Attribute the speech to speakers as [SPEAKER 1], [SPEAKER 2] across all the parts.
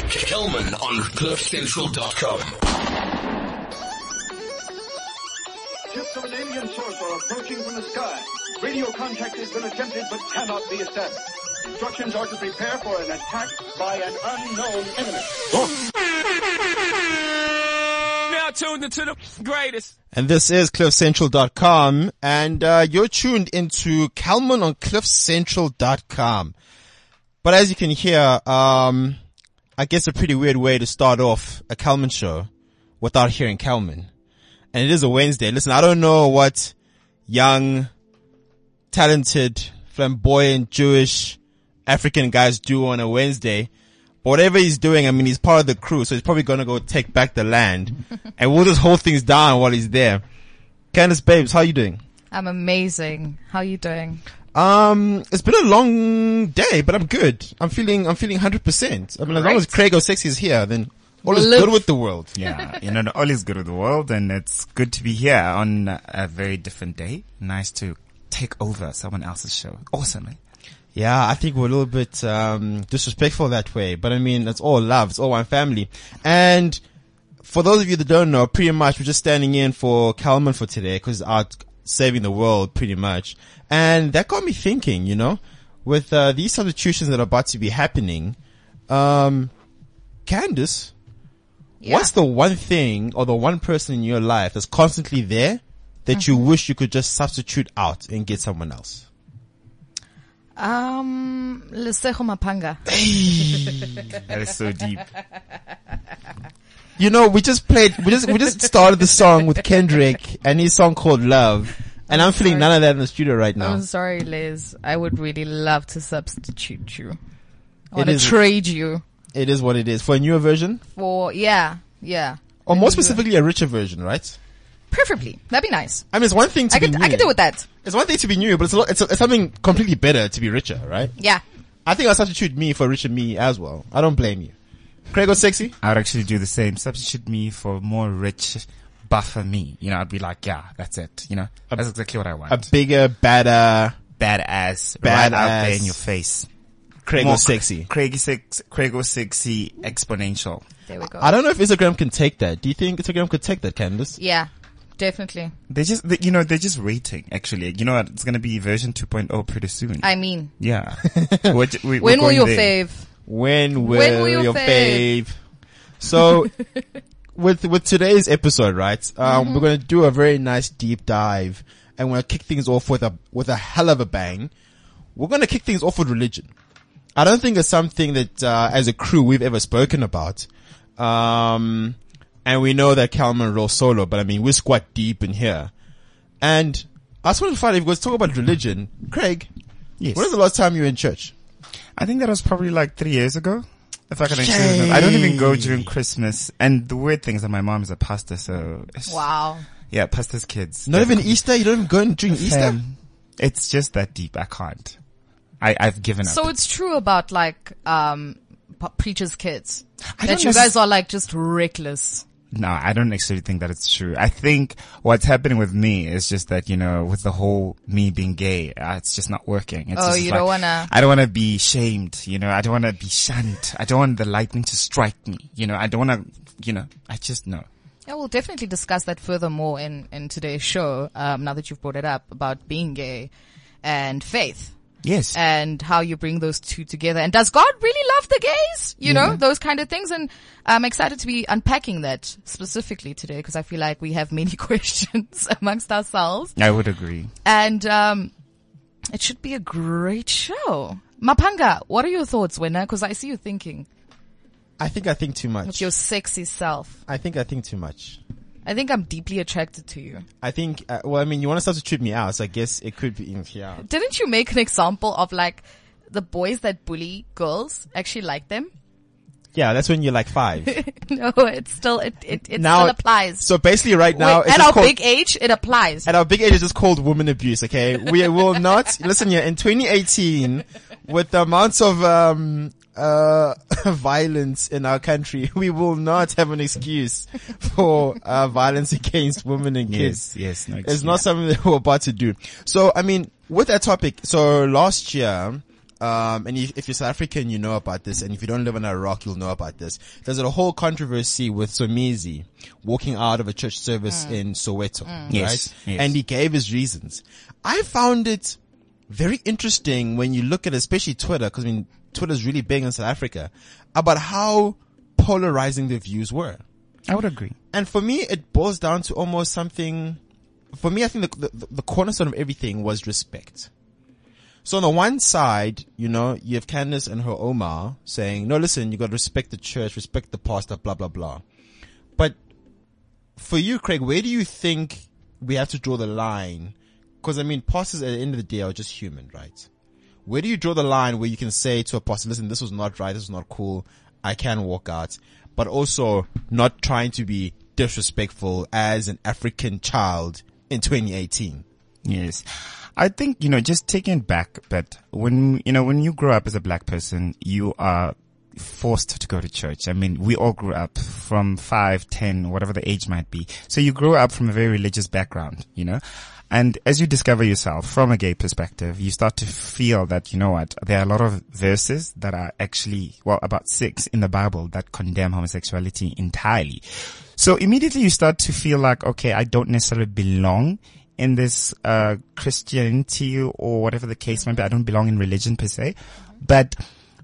[SPEAKER 1] Kelman on CliffCentral.com.
[SPEAKER 2] Ships of an alien source are approaching from the sky. Radio contact has been attempted but cannot be established. Instructions are to prepare for an attack by an unknown enemy.
[SPEAKER 3] Now tuned into the greatest.
[SPEAKER 4] And this is CliffCentral.com and uh, you're tuned into Kalman on CliffCentral.com. But as you can hear, um, I guess a pretty weird way to start off a Kalman show without hearing Kalman. And it is a Wednesday. Listen, I don't know what young, talented, flamboyant, Jewish, African guys do on a Wednesday. But whatever he's doing, I mean, he's part of the crew, so he's probably gonna go take back the land, and we'll just hold things down while he's there. Candace Babes, how you doing?
[SPEAKER 5] I'm amazing. How you doing?
[SPEAKER 4] Um, it's been a long day, but I'm good. I'm feeling, I'm feeling 100%. I mean, as long as Craig O'Sexy is here, then all is
[SPEAKER 5] Look.
[SPEAKER 4] good with the world.
[SPEAKER 6] Yeah, you know, all is good with the world, and it's good to be here on a very different day. Nice to take over someone else's show. Awesome. eh?
[SPEAKER 4] Yeah, I think we're a little bit, um, disrespectful that way, but I mean, it's all love. It's all one family. And for those of you that don't know, pretty much we're just standing in for Kalman for today because art saving the world pretty much. And that got me thinking, you know, with, uh, these substitutions that are about to be happening, um, Candace,
[SPEAKER 5] Yeah.
[SPEAKER 4] What's the one thing or the one person in your life that's constantly there that you wish you could just substitute out and get someone else?
[SPEAKER 5] um Lesejo Mapanga.
[SPEAKER 6] That is so deep.
[SPEAKER 4] You know, we just played, we just, we just started the song with Kendrick and his song called Love. And I'm feeling none of that in the studio right now.
[SPEAKER 5] I'm sorry, Liz. I would really love to substitute you. I
[SPEAKER 4] It
[SPEAKER 5] want to
[SPEAKER 4] is-
[SPEAKER 5] trade you
[SPEAKER 4] It is what it is. For a newer version
[SPEAKER 5] for yeah, yeah.
[SPEAKER 4] or more
[SPEAKER 5] Newer.
[SPEAKER 4] specifically a richer version, right?
[SPEAKER 5] Preferably. That'd be nice.
[SPEAKER 4] I mean, it's one thing to
[SPEAKER 5] I
[SPEAKER 4] be
[SPEAKER 5] could
[SPEAKER 4] new.
[SPEAKER 5] I could deal with that.
[SPEAKER 4] It's one thing to be new, but it's, a lot, it's, it's something completely better to be richer, right?
[SPEAKER 5] Yeah.
[SPEAKER 4] I think I'll substitute me for richer me as well. I don't blame you. Craig or sexy?
[SPEAKER 6] I would actually do the same. Substitute me for more rich, buffer me. You know, I'd be like, yeah, that's it. You know, that's exactly what I want.
[SPEAKER 4] A bigger, badder,
[SPEAKER 6] badass, right out there
[SPEAKER 4] badass.
[SPEAKER 6] in your face.
[SPEAKER 4] Craig
[SPEAKER 6] More
[SPEAKER 4] or sexy.
[SPEAKER 6] Craig six, Craig or sexy exponential.
[SPEAKER 5] There we go.
[SPEAKER 4] I don't know if Instagram can take that. Do you think Instagram could take that, Candace?
[SPEAKER 5] yeah. Definitely.
[SPEAKER 6] They just, they, you know, they're just waiting. Actually, you know what? It's gonna be version 2.0 pretty soon.
[SPEAKER 5] I mean,
[SPEAKER 6] yeah. We're ju- we- we're
[SPEAKER 5] when will
[SPEAKER 6] going
[SPEAKER 5] your
[SPEAKER 6] there.
[SPEAKER 5] fave?
[SPEAKER 4] When will,
[SPEAKER 5] will your
[SPEAKER 4] your fave?
[SPEAKER 5] fave?
[SPEAKER 4] So, with with today's episode, right? Um, We're gonna do a very nice deep dive, and we're gonna kick things off with a with a hell of a bang. We're gonna kick things off with religion. I don't think it's something that uh, as a crew we've ever spoken about. Um, and we know that Calman rolls solo, but I mean we're squat deep in here. And I just want to find if we're talking about religion, Craig.
[SPEAKER 6] Yes.
[SPEAKER 4] When was the last time you were in church?
[SPEAKER 6] I think that was probably like three years ago. If I can actually remember. I don't even go during Christmas. And the weird thing is that my mom is a pastor, so
[SPEAKER 5] Wow.
[SPEAKER 6] yeah, pastor's kids.
[SPEAKER 4] Not even Easter. You don't even go and drink Easter.
[SPEAKER 6] Um, It's just that deep. I can't. I, I've given up.
[SPEAKER 5] So it's true about like um p- preachers' kids that
[SPEAKER 6] I don't
[SPEAKER 5] you
[SPEAKER 6] necess-
[SPEAKER 5] guys are like just reckless.
[SPEAKER 6] no, I don't actually think that it's true. I think what's happening with me is just that, you know, with the whole me being gay, uh, it's just not working. It's
[SPEAKER 5] Oh,
[SPEAKER 6] just
[SPEAKER 5] you
[SPEAKER 6] like,
[SPEAKER 5] don't wanna-
[SPEAKER 6] I don't want to be shamed, you know, I don't want to be shunned. I don't want the lightning to strike me, you know, I don't want to, you know, I just know.
[SPEAKER 5] Yeah, we'll definitely discuss that furthermore in, in today's show, um, now that you've brought it up, about being gay and faith
[SPEAKER 6] Yes.
[SPEAKER 5] and how you bring those two together. And does God really love the gays? You know, those kind of things. And I'm excited to be unpacking that specifically today because I feel like we have many questions amongst ourselves.
[SPEAKER 6] I would agree.
[SPEAKER 5] And, um, it should be a great show. Mapanga, what are your thoughts, Winner? Because I see you thinking
[SPEAKER 4] I think I think too much.
[SPEAKER 5] with your sexy self.
[SPEAKER 4] I think I think too much.
[SPEAKER 5] I think I'm deeply attracted to you.
[SPEAKER 4] I think. Uh, well, I mean, you want to start to trip me out, so I guess it could be. Yeah.
[SPEAKER 5] didn't you make an example of like the boys that bully girls actually like them?
[SPEAKER 4] Yeah, that's when you're like five. it
[SPEAKER 5] No, it still it it, it still applies.
[SPEAKER 4] So basically, right now,
[SPEAKER 5] Wait,
[SPEAKER 4] it's
[SPEAKER 5] at
[SPEAKER 4] just
[SPEAKER 5] our
[SPEAKER 4] called,
[SPEAKER 5] big age, it applies.
[SPEAKER 4] at our big age, it's just called woman abuse. Okay, we will not listen here in 2018 with the amounts of um uh violence in our country. We will not have an excuse for uh violence against women and kids.
[SPEAKER 6] Yes, yes, no
[SPEAKER 4] it's not something that we're about to do. So, I mean, with that topic, so last year, Um, and if, if you're South African, you know about this. And if you don't live on a rock, you'll know about this. There's a whole controversy with Somizi walking out of a church service in Soweto, right?
[SPEAKER 6] Yes, yes.
[SPEAKER 4] And he gave his reasons. I found it very interesting when you look at especially Twitter, because I mean, Twitter's really big in South Africa, about how polarizing the views were.
[SPEAKER 6] I would agree.
[SPEAKER 4] And for me, it boils down to almost something. For me, I think the, the, the cornerstone of everything was respect. So on the one side, you know, you have Candace and her Omar saying, no, listen, you got to respect the church, respect the pastor, blah, blah, blah. But for you, Craig, where do you think we have to draw the line? Cause I mean, pastors at the end of the day are just human, right? Where do you draw the line where you can say to a pastor, listen, this was not right. This was not cool. I can walk out, but also not trying to be disrespectful as an African child in 2018.
[SPEAKER 6] Yes. I think, you know, just taking it back a bit, when, you know, when you grow up as a black person, you are forced to go to church. I mean, we all grew up from five, ten, whatever the age might be. So you grew up from a very religious background, you know? And as you discover yourself from a gay perspective, you start to feel that, you know what, there are a lot of verses that are actually, well, about six in the Bible that condemn homosexuality entirely. So immediately you start to feel like, okay, I don't necessarily belong in this uh, Christianity or whatever the case might be. I don't belong in religion per se, but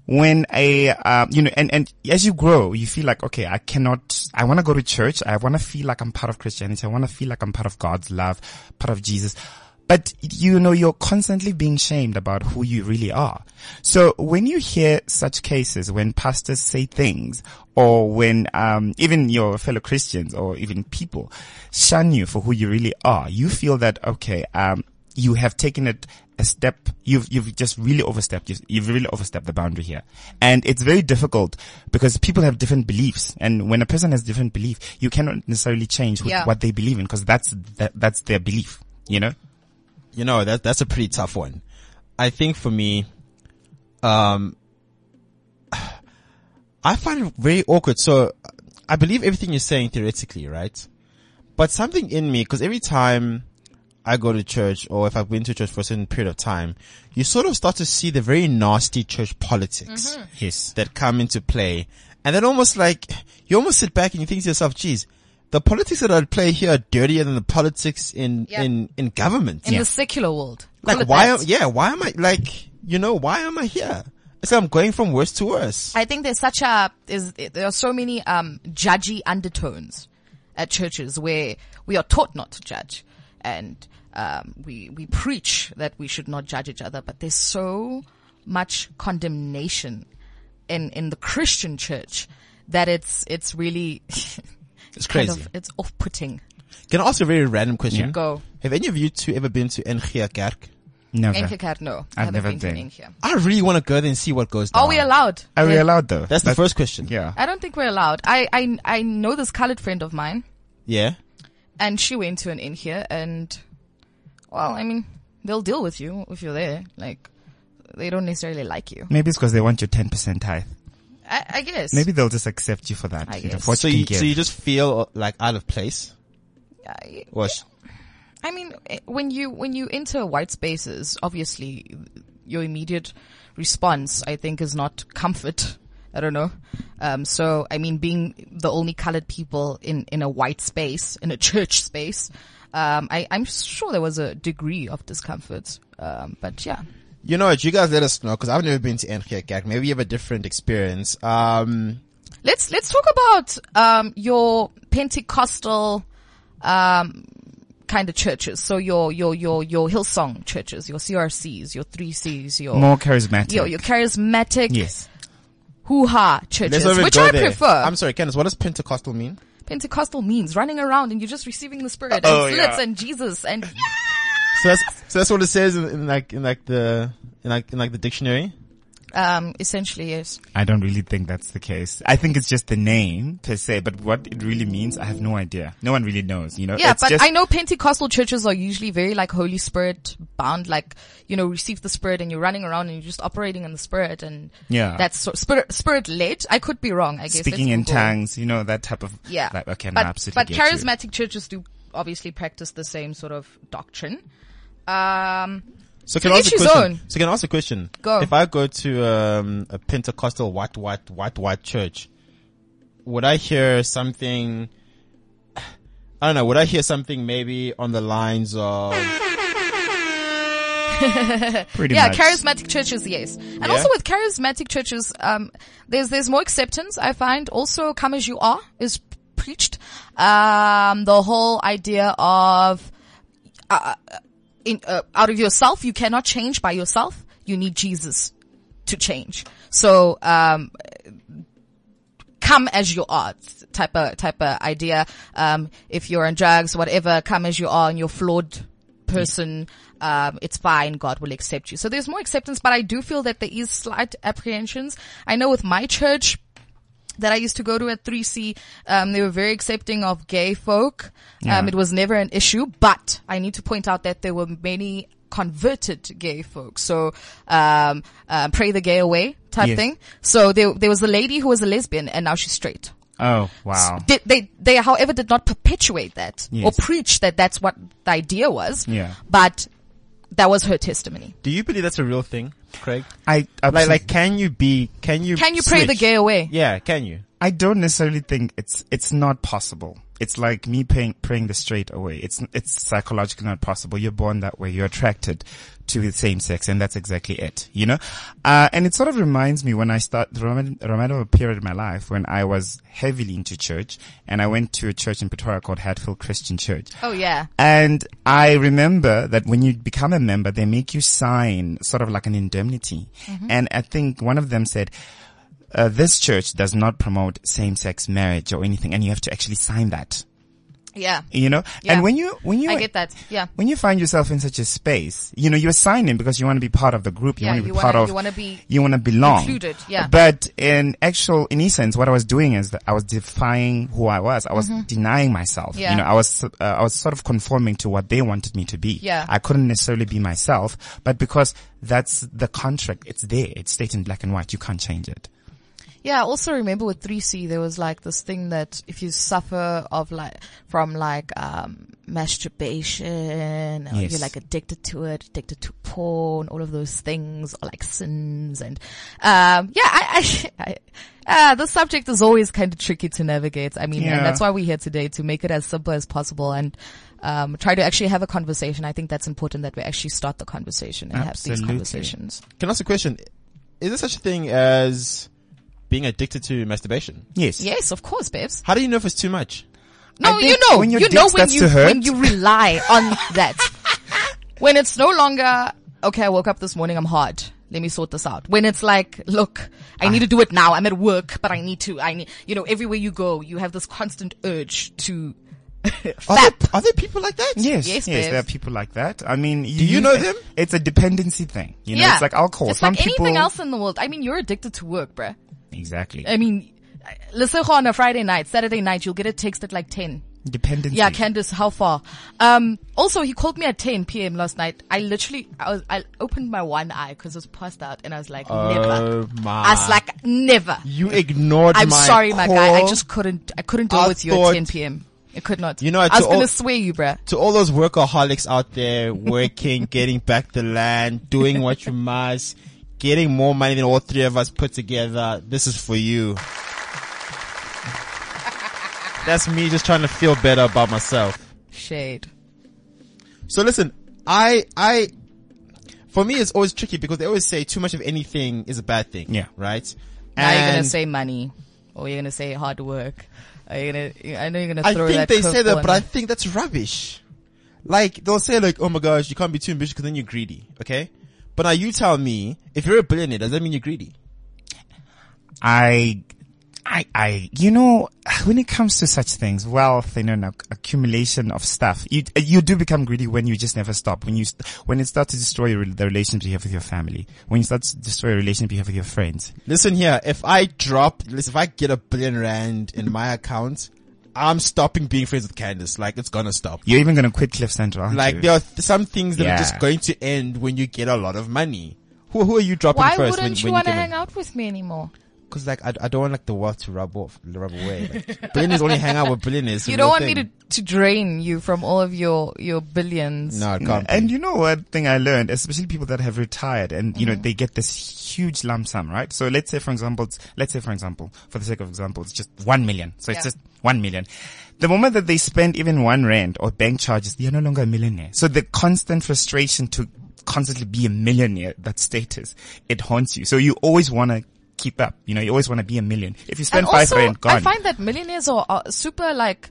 [SPEAKER 6] when a um, you know, and and as you grow, you feel like okay, I cannot. I want to go to church. I want to feel like I'm part of Christianity. I want to feel like I'm part of God's love, part of Jesus. But you know, you're constantly being shamed about who you really are. So when you hear such cases, when pastors say things, or when um, even your fellow Christians or even people shun you for who you really are, you feel that okay, um, you have taken it a step. You've you've just really overstepped. You've, you've really overstepped the boundary here, and it's very difficult because people have different beliefs, and when a person has different belief, you cannot necessarily change who,
[SPEAKER 5] Yeah.
[SPEAKER 6] what they believe in because that's that, that's their belief. You know.
[SPEAKER 4] You know, that that's a pretty tough one. I think for me, um, I find it very awkward. So I believe everything you're saying theoretically, right? But something in me, because every time I go to church or if I've been to church for a certain period of time, you sort of start to see the very nasty church politics
[SPEAKER 5] Mm-hmm.
[SPEAKER 6] Yes.
[SPEAKER 4] that come into play. And then almost like, you almost sit back and you think to yourself, geez, the politics that are at play here are dirtier than the politics in,
[SPEAKER 5] Yeah.
[SPEAKER 4] in, in government
[SPEAKER 5] in the secular world. Call
[SPEAKER 4] like
[SPEAKER 5] it
[SPEAKER 4] why
[SPEAKER 5] that.
[SPEAKER 4] am, yeah why am i like you know why am i here it's like i'm going from worse to worse
[SPEAKER 5] I think there's such a is there are so many um judgy undertones at churches where we are taught not to judge and um we we preach that we should not judge each other but there's so much condemnation in in the Christian church that it's it's really
[SPEAKER 4] it's
[SPEAKER 5] kind
[SPEAKER 4] crazy
[SPEAKER 5] of it's off-putting
[SPEAKER 4] can i ask a very random question
[SPEAKER 6] Yeah.
[SPEAKER 5] go
[SPEAKER 4] have any of you two ever been to Engia Kerk?
[SPEAKER 6] Never.
[SPEAKER 5] Enkikat, no I
[SPEAKER 6] I've
[SPEAKER 5] haven't
[SPEAKER 6] never
[SPEAKER 5] been to
[SPEAKER 6] been.
[SPEAKER 5] an Enkia.
[SPEAKER 4] i really want to go there and see what goes down
[SPEAKER 5] are we allowed
[SPEAKER 6] Are we allowed though?
[SPEAKER 4] that's the first question
[SPEAKER 6] Yeah.
[SPEAKER 5] I don't think we're allowed I I I know this colored friend of mine
[SPEAKER 4] yeah
[SPEAKER 5] and she went to an in here and well i mean they'll deal with you if you're there like they don't necessarily like you
[SPEAKER 6] Maybe it's because they want your ten percent tithe.
[SPEAKER 5] i, I guess
[SPEAKER 6] Maybe they'll just accept you for that.
[SPEAKER 5] I
[SPEAKER 6] you know,
[SPEAKER 5] guess.
[SPEAKER 6] for what
[SPEAKER 4] so
[SPEAKER 6] you can
[SPEAKER 4] you,
[SPEAKER 6] give.
[SPEAKER 4] so you just feel uh, like out of place
[SPEAKER 5] I,
[SPEAKER 4] or s-
[SPEAKER 5] I mean eh, when you when you enter white spaces obviously your immediate response i think is not comfort i don't know um, so i mean being the only colored people in in a white space in a church space um, I, I'm sure there was a degree of discomfort, um, but yeah,
[SPEAKER 4] you know what you guys let us know because i've never been to Engia Kerk. maybe you have a different experience um
[SPEAKER 5] Let's let's talk about um, your Pentecostal um, kind of churches. So your your your your Hillsong churches, your CRCs, your three Cs, your
[SPEAKER 6] more charismatic.
[SPEAKER 5] your your charismatic
[SPEAKER 6] yes.
[SPEAKER 5] hoo ha churches,
[SPEAKER 4] let's not even
[SPEAKER 5] which
[SPEAKER 4] go
[SPEAKER 5] I
[SPEAKER 4] there.
[SPEAKER 5] prefer.
[SPEAKER 4] i'm sorry Candace, what does pentecostal mean
[SPEAKER 5] Pentecostal means running around and you're just receiving the Spirit
[SPEAKER 6] Oh,
[SPEAKER 5] and slits
[SPEAKER 6] yeah.
[SPEAKER 5] and Jesus and
[SPEAKER 4] so that's so that's what it says in, in like in like the in like in like the dictionary
[SPEAKER 5] um, essentially yes.
[SPEAKER 6] I don't really think that's the case. I think it's just the name per se, but what it really means, I have no idea. No one really knows, you know?
[SPEAKER 5] Yeah,
[SPEAKER 6] it's
[SPEAKER 5] but
[SPEAKER 6] just,
[SPEAKER 5] I know Pentecostal churches are usually very like Holy Spirit bound, like, you know, receive the Spirit and you're running around and you're just operating in the Spirit and
[SPEAKER 6] Yeah.
[SPEAKER 5] that's so, spirit, spirit led. I could be wrong, I guess.
[SPEAKER 6] speaking
[SPEAKER 5] Let's
[SPEAKER 6] in
[SPEAKER 5] Google.
[SPEAKER 6] tongues, you know, that type of,
[SPEAKER 5] Yeah.
[SPEAKER 6] like, okay,
[SPEAKER 5] but,
[SPEAKER 6] no, absolutely.
[SPEAKER 5] But
[SPEAKER 6] get you.
[SPEAKER 5] charismatic churches do obviously practice the same sort of doctrine. Um,
[SPEAKER 4] So can I
[SPEAKER 5] each
[SPEAKER 4] ask a
[SPEAKER 5] his
[SPEAKER 4] question?
[SPEAKER 5] own.
[SPEAKER 4] So can I ask a question?
[SPEAKER 5] Go.
[SPEAKER 4] If I go to um, a Pentecostal white, white, white, white church, would I hear something? I don't know. Would I hear something maybe on the lines of?
[SPEAKER 6] Pretty
[SPEAKER 5] yeah,
[SPEAKER 6] much.
[SPEAKER 5] charismatic churches, yes. And also with charismatic churches, um, there's there's more acceptance. I find also come as you are is preached. Um, the whole idea of uh, in uh, out of yourself, you cannot change by yourself. You need Jesus to change. So um, come as you are type of type of idea. Um, if you're on drugs, whatever, come as you are, and you're flawed person. Um, it's fine. God will accept you. So there's more acceptance, but I do feel that there is slight apprehensions. I know with my church that I used to go to at 3C, um, they were very accepting of gay folk. Um, it was never an issue, but I need to point out that there were many converted gay folks. So, um, uh, pray the gay away type
[SPEAKER 6] Yes.
[SPEAKER 5] thing. So there, there was a lady who was a lesbian and now she's straight.
[SPEAKER 6] Oh wow.
[SPEAKER 5] Did, they, they, however, did not perpetuate that or
[SPEAKER 6] Yes.
[SPEAKER 5] preach that that's what the idea was.
[SPEAKER 6] Yeah.
[SPEAKER 5] But that was her testimony.
[SPEAKER 4] Do you believe that's a real thing, Craig?
[SPEAKER 6] I
[SPEAKER 4] Like,
[SPEAKER 6] absolutely-
[SPEAKER 4] like, can you be? Can you?
[SPEAKER 5] Can you pray the
[SPEAKER 4] switch?
[SPEAKER 5] gay away?
[SPEAKER 4] Yeah, can you?
[SPEAKER 6] I don't necessarily think it's it's not possible. It's like me praying praying the straight away. It's it's psychologically not possible. You're born that way. You're attracted to the same sex, and that's exactly it. You know, uh, and it sort of reminds me when I start remind remind of a period in my life when I was heavily into church, and I went to a church in Pretoria called Hatfield Christian Church.
[SPEAKER 5] Oh yeah.
[SPEAKER 6] And I remember that when you become a member, they make you sign sort of like an indemnity. And I think one of them said, uh, this church does not promote same-sex marriage or anything. And you have to actually sign that,
[SPEAKER 5] Yeah.
[SPEAKER 6] you know?
[SPEAKER 5] Yeah.
[SPEAKER 6] And when you, when you,
[SPEAKER 5] I get that. Yeah.
[SPEAKER 6] when you find yourself in such a space, you know, you're signing because you want to be part of the group. You
[SPEAKER 5] Yeah,
[SPEAKER 6] want to be
[SPEAKER 5] you
[SPEAKER 6] part
[SPEAKER 5] wanna-
[SPEAKER 6] of,
[SPEAKER 5] you wanna be
[SPEAKER 6] you want to belong.
[SPEAKER 5] included, yeah.
[SPEAKER 6] But in actual, in essence, what I was doing is that I was defying who I was. I was denying myself.
[SPEAKER 5] Mm-hmm. Yeah.
[SPEAKER 6] You know, I was, uh, I was sort of conforming to what they wanted me to be.
[SPEAKER 5] Yeah.
[SPEAKER 6] I couldn't necessarily be myself, but because that's the contract, it's there. It's stated in black and white. You can't change it.
[SPEAKER 5] Yeah, I also remember with 3C, there was like this thing that if you suffer of like, from like, um, masturbation, or
[SPEAKER 6] Yes.
[SPEAKER 5] you're like addicted to it, addicted to porn, all of those things are like sins and, um, yeah, I, I, I uh, the subject is always kind of tricky to navigate. I mean,
[SPEAKER 6] Yeah.
[SPEAKER 5] and that's why we're here today to make it as simple as possible and, um, try to actually have a conversation. I think that's important that we actually start the conversation and have
[SPEAKER 6] Absolutely.
[SPEAKER 5] these conversations.
[SPEAKER 4] Can I ask a question? Is there such a thing as being addicted to masturbation?
[SPEAKER 6] Yes.
[SPEAKER 5] Yes, of course, babes.
[SPEAKER 4] How do you know if it's too much?
[SPEAKER 5] No,
[SPEAKER 6] I
[SPEAKER 5] you
[SPEAKER 6] think
[SPEAKER 5] know,
[SPEAKER 6] when your
[SPEAKER 5] you
[SPEAKER 6] dick
[SPEAKER 5] know when
[SPEAKER 6] starts
[SPEAKER 5] you
[SPEAKER 6] to hurt-
[SPEAKER 5] when you rely on that. when it's no longer okay, I woke up this morning, I'm hard. Let me sort this out. When it's like, look, I
[SPEAKER 6] Ah.
[SPEAKER 5] need to do it now. I'm at work, but I need to. I need, you know, everywhere you go, you have this constant urge to
[SPEAKER 4] Are there,
[SPEAKER 5] fap.
[SPEAKER 4] are there people like that?
[SPEAKER 6] Yes,
[SPEAKER 5] Yes,
[SPEAKER 6] yes,
[SPEAKER 5] babes.
[SPEAKER 6] there are people like that. I mean, you,
[SPEAKER 4] you know them?
[SPEAKER 6] It's a dependency thing. You know,
[SPEAKER 5] yeah,
[SPEAKER 6] it's like alcohol.
[SPEAKER 5] It's
[SPEAKER 6] Some
[SPEAKER 5] like
[SPEAKER 6] people,
[SPEAKER 5] anything else Um, in the world. I mean, you're addicted to work, bruh.
[SPEAKER 6] exactly.
[SPEAKER 5] I mean, let's say on a Friday night, Saturday night, you'll get a text at like ten.
[SPEAKER 6] dependency.
[SPEAKER 5] Yeah, Candice, how far? Um, also, he called me at 10 p.m. last night. I literally, I, was, I opened my one eye because it was passed out and I was like, never.
[SPEAKER 4] Oh my!
[SPEAKER 5] I was like, never.
[SPEAKER 4] you ignored.
[SPEAKER 5] I'm
[SPEAKER 4] Uh, my
[SPEAKER 5] sorry, my guy. I
[SPEAKER 4] call.
[SPEAKER 5] just couldn't, I couldn't deal
[SPEAKER 4] I
[SPEAKER 5] with you at
[SPEAKER 4] thought-
[SPEAKER 5] 10 p.m. I could not.
[SPEAKER 4] You know,
[SPEAKER 5] I
[SPEAKER 4] to
[SPEAKER 5] was going
[SPEAKER 4] all-
[SPEAKER 5] to swear you, bruh.
[SPEAKER 4] to all those workaholics out there working, getting back the land, doing what you must, getting more money than all three of us put together. This is for you. That's me just trying to feel better about myself.
[SPEAKER 5] Shade.
[SPEAKER 4] So listen, I, I, for me, it's always tricky because they always say too much of anything is a bad thing.
[SPEAKER 6] Yeah.
[SPEAKER 4] Right.
[SPEAKER 5] Now you're going
[SPEAKER 4] And
[SPEAKER 5] to say money or you're going to say hard work. Are you going to, I know you're going
[SPEAKER 4] I
[SPEAKER 5] to throw
[SPEAKER 4] think
[SPEAKER 5] that
[SPEAKER 4] they say
[SPEAKER 5] curveball
[SPEAKER 4] that,
[SPEAKER 5] in
[SPEAKER 4] but I
[SPEAKER 5] there.
[SPEAKER 4] think that's rubbish. Like they'll say like, "Oh my gosh, you can't be too ambitious because then you're greedy." Okay, but now you tell me if you're a billionaire, does that mean you're greedy?
[SPEAKER 6] I, I, I, you know, when it comes to such things, wealth, you know, and acc- accumulation of stuff, you, you do become greedy when you just never stop. When you, st- when it starts to destroy your, rel- the relationship you have with your family, when you start to destroy your relationship you have with your friends.
[SPEAKER 4] Listen here, if I drop, listen, if I get a billion rand in my account, I'm stopping being friends with Candace. Like it's gonna stop.
[SPEAKER 6] You're even going to quit Cliff Central, aren't
[SPEAKER 4] Like
[SPEAKER 6] you?
[SPEAKER 4] there are th- some things that are
[SPEAKER 6] Yeah.
[SPEAKER 4] just going to end when you get a lot of money. Who who are you dropping
[SPEAKER 5] Why
[SPEAKER 4] first?
[SPEAKER 5] wouldn't
[SPEAKER 4] when,
[SPEAKER 5] you
[SPEAKER 4] when
[SPEAKER 5] want to
[SPEAKER 4] get
[SPEAKER 5] hang
[SPEAKER 4] money?
[SPEAKER 5] out with me anymore?
[SPEAKER 4] Cause like I, I don't want like the world to rub off, rub away. Like, billionaires only hang out with billionaires. It's a
[SPEAKER 5] You don't
[SPEAKER 4] real
[SPEAKER 5] want me
[SPEAKER 4] thing.
[SPEAKER 5] to, to drain you from all of your, your billions.
[SPEAKER 4] No, it can't. be.
[SPEAKER 6] And you know what thing I learned, especially people that have retired and you know
[SPEAKER 5] Mm.
[SPEAKER 6] they get this huge lump sum, right? So let's say for example, it's- let's say for example, for the sake of example, it's just one million. So it's
[SPEAKER 5] Yeah.
[SPEAKER 6] just one million. The moment that they spend even one rand or bank charges, they are no longer a millionaire. So the constant frustration to constantly be a millionaire, that status, it haunts you. So you always want to keep up. You know, you always want to be a million. If you spend
[SPEAKER 5] and
[SPEAKER 6] five
[SPEAKER 5] also,
[SPEAKER 6] rand, gone.
[SPEAKER 5] I find that millionaires are, are super like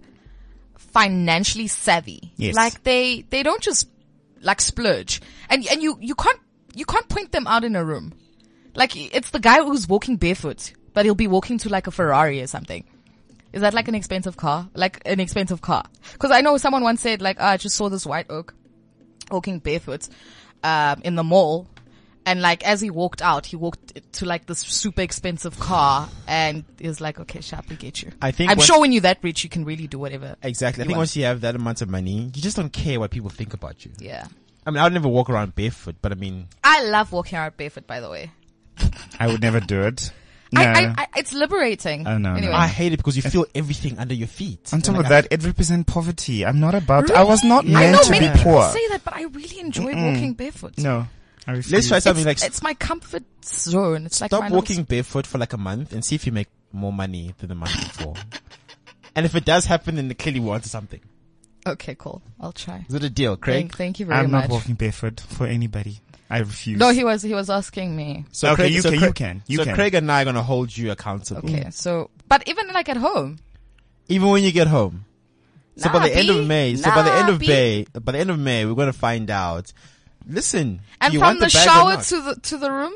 [SPEAKER 5] financially savvy.
[SPEAKER 6] Yes.
[SPEAKER 5] Like they, they don't just like splurge and, and you, you can't, you can't point them out in a room. Like it's the guy who's walking barefoot, but he'll be walking to like a Ferrari or something. Is that like an expensive car? Like an expensive car? Cause I know someone once said like, oh, I just saw this white oak walking barefoot, um, in the mall. And like, as he walked out, he walked to like this super expensive car and he was like, okay, sharp, we get you.
[SPEAKER 4] I think
[SPEAKER 5] I'm
[SPEAKER 4] what-
[SPEAKER 5] sure when you're that rich, you can really do whatever.
[SPEAKER 4] Exactly. I
[SPEAKER 5] you
[SPEAKER 4] think
[SPEAKER 5] want.
[SPEAKER 4] once you have that amount of money, you just don't care what people think about you.
[SPEAKER 5] Yeah.
[SPEAKER 4] I mean, I would never walk around barefoot, but I mean,
[SPEAKER 5] I love walking out barefoot, by the way.
[SPEAKER 6] I would never do it.
[SPEAKER 5] I,
[SPEAKER 6] No.
[SPEAKER 5] I, I, it's liberating.
[SPEAKER 6] Oh, no, no.
[SPEAKER 5] Anyway.
[SPEAKER 4] I hate it because you feel everything under your feet.
[SPEAKER 6] On top
[SPEAKER 4] And,
[SPEAKER 6] of
[SPEAKER 4] like,
[SPEAKER 6] that, it represents poverty. I'm not about. I was not
[SPEAKER 4] Really?
[SPEAKER 5] I
[SPEAKER 6] meant
[SPEAKER 5] know
[SPEAKER 6] to
[SPEAKER 5] many
[SPEAKER 6] be
[SPEAKER 5] people
[SPEAKER 6] poor.
[SPEAKER 5] say that, but I really enjoy walking barefoot.
[SPEAKER 6] No, I refuse.
[SPEAKER 4] Let's try something
[SPEAKER 5] it's,
[SPEAKER 4] like
[SPEAKER 5] it's my comfort zone. It's like my
[SPEAKER 4] stop
[SPEAKER 5] little
[SPEAKER 4] walking barefoot for like a month and see if you make more money than the month before. and if it does happen, then clearly we're onto something.
[SPEAKER 5] Okay, cool. I'll try.
[SPEAKER 4] Is it a deal, Craig?
[SPEAKER 5] Thank, thank you very
[SPEAKER 6] I'm
[SPEAKER 5] much.
[SPEAKER 6] not walking barefoot for anybody. I refuse.
[SPEAKER 5] No, he was he was asking me.
[SPEAKER 4] So
[SPEAKER 6] Okay,
[SPEAKER 4] Craig,
[SPEAKER 6] you
[SPEAKER 4] so
[SPEAKER 6] can-
[SPEAKER 4] Craig,
[SPEAKER 6] you can, you
[SPEAKER 4] so
[SPEAKER 6] can.
[SPEAKER 4] Craig and I are gonna hold you accountable,
[SPEAKER 5] Okay, so but even like at home.
[SPEAKER 4] even when you get home. So by
[SPEAKER 5] Nah,
[SPEAKER 4] the end of
[SPEAKER 5] B.
[SPEAKER 4] May, so by the end
[SPEAKER 5] Nah,
[SPEAKER 4] of
[SPEAKER 5] B.
[SPEAKER 4] May, by the end of May, we're gonna find out. Listen,
[SPEAKER 5] And
[SPEAKER 4] do you
[SPEAKER 5] from
[SPEAKER 4] want
[SPEAKER 5] the,
[SPEAKER 4] the, bag or
[SPEAKER 5] shower
[SPEAKER 4] not?
[SPEAKER 5] to the to the room.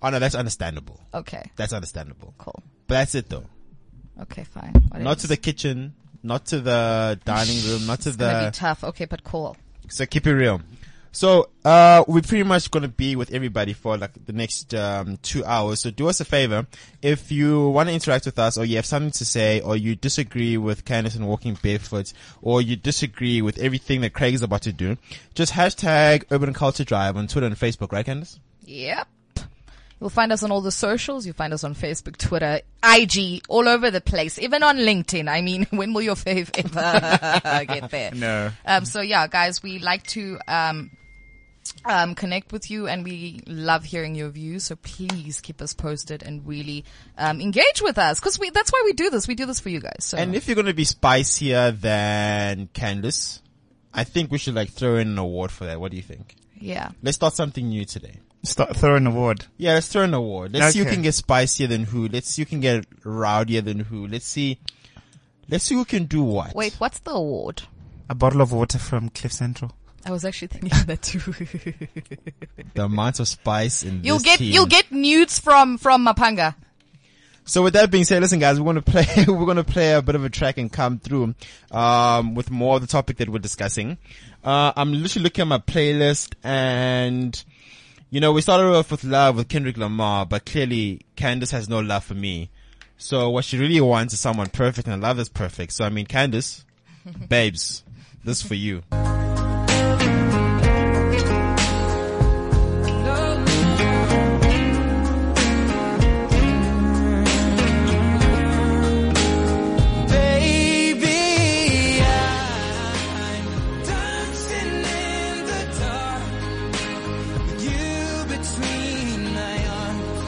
[SPEAKER 4] Oh no, that's understandable.
[SPEAKER 5] Okay,
[SPEAKER 4] That's understandable.
[SPEAKER 5] cool.
[SPEAKER 4] But that's it though.
[SPEAKER 5] Okay, fine.
[SPEAKER 4] Not to the kitchen, not to the dining room, not to
[SPEAKER 5] It's gonna be
[SPEAKER 4] the.
[SPEAKER 5] tough. Okay, but cool.
[SPEAKER 4] So keep it real. So uh, we're pretty much gonna be with everybody for like the next um, two hours. So do us a favor, if you want to interact with us, or you have something to say, or you disagree with Candice and walking barefoot, or you disagree with everything that Craig is about to do, just hashtag Urban Culture Drive on Twitter and Facebook, right, Candice?
[SPEAKER 5] Yep. You'll find us on all the socials. You'll find us on Facebook, Twitter, IG, all over the place, even on LinkedIn. I mean, when will your fave ever get there?
[SPEAKER 6] No.
[SPEAKER 5] Um, so yeah, guys, we like to, um, um, connect with you and we love hearing your views. So please keep us posted and really, um, engage with us. Cause we, that's why we do this. We do this for you guys. So
[SPEAKER 4] And if you're gonna be spicier than Candice, I think we should like throw in an award for that. What do you think?
[SPEAKER 5] yeah,
[SPEAKER 4] Let's start something new today.
[SPEAKER 6] Start throwing a word.
[SPEAKER 4] Yeah, let's throw an award. Let's see who
[SPEAKER 6] Okay.
[SPEAKER 4] can get spicier than who. Let's see who can get rowdier than who. Let's see. Let's see who can do what.
[SPEAKER 5] wait, what's the award?
[SPEAKER 6] A bottle of water from Cliff Central.
[SPEAKER 5] I was actually thinking that too.
[SPEAKER 4] the amount of spice in
[SPEAKER 5] you'll
[SPEAKER 4] this
[SPEAKER 5] get,
[SPEAKER 4] team.
[SPEAKER 5] you'll get nudes from, from Mapanga.
[SPEAKER 4] So with that being said, listen guys, we're gonna play we're gonna play a bit of a track and come through um with more of the topic that we're discussing. Uh I'm literally looking at my playlist and you know, we started off with love with Kendrick Lamar, but clearly Candace has no love for me. So what she really wants is someone perfect and love is perfect. So I mean Candace, babes, this is for you.
[SPEAKER 7] Baby, I'm dancing in the dark with you between my arms,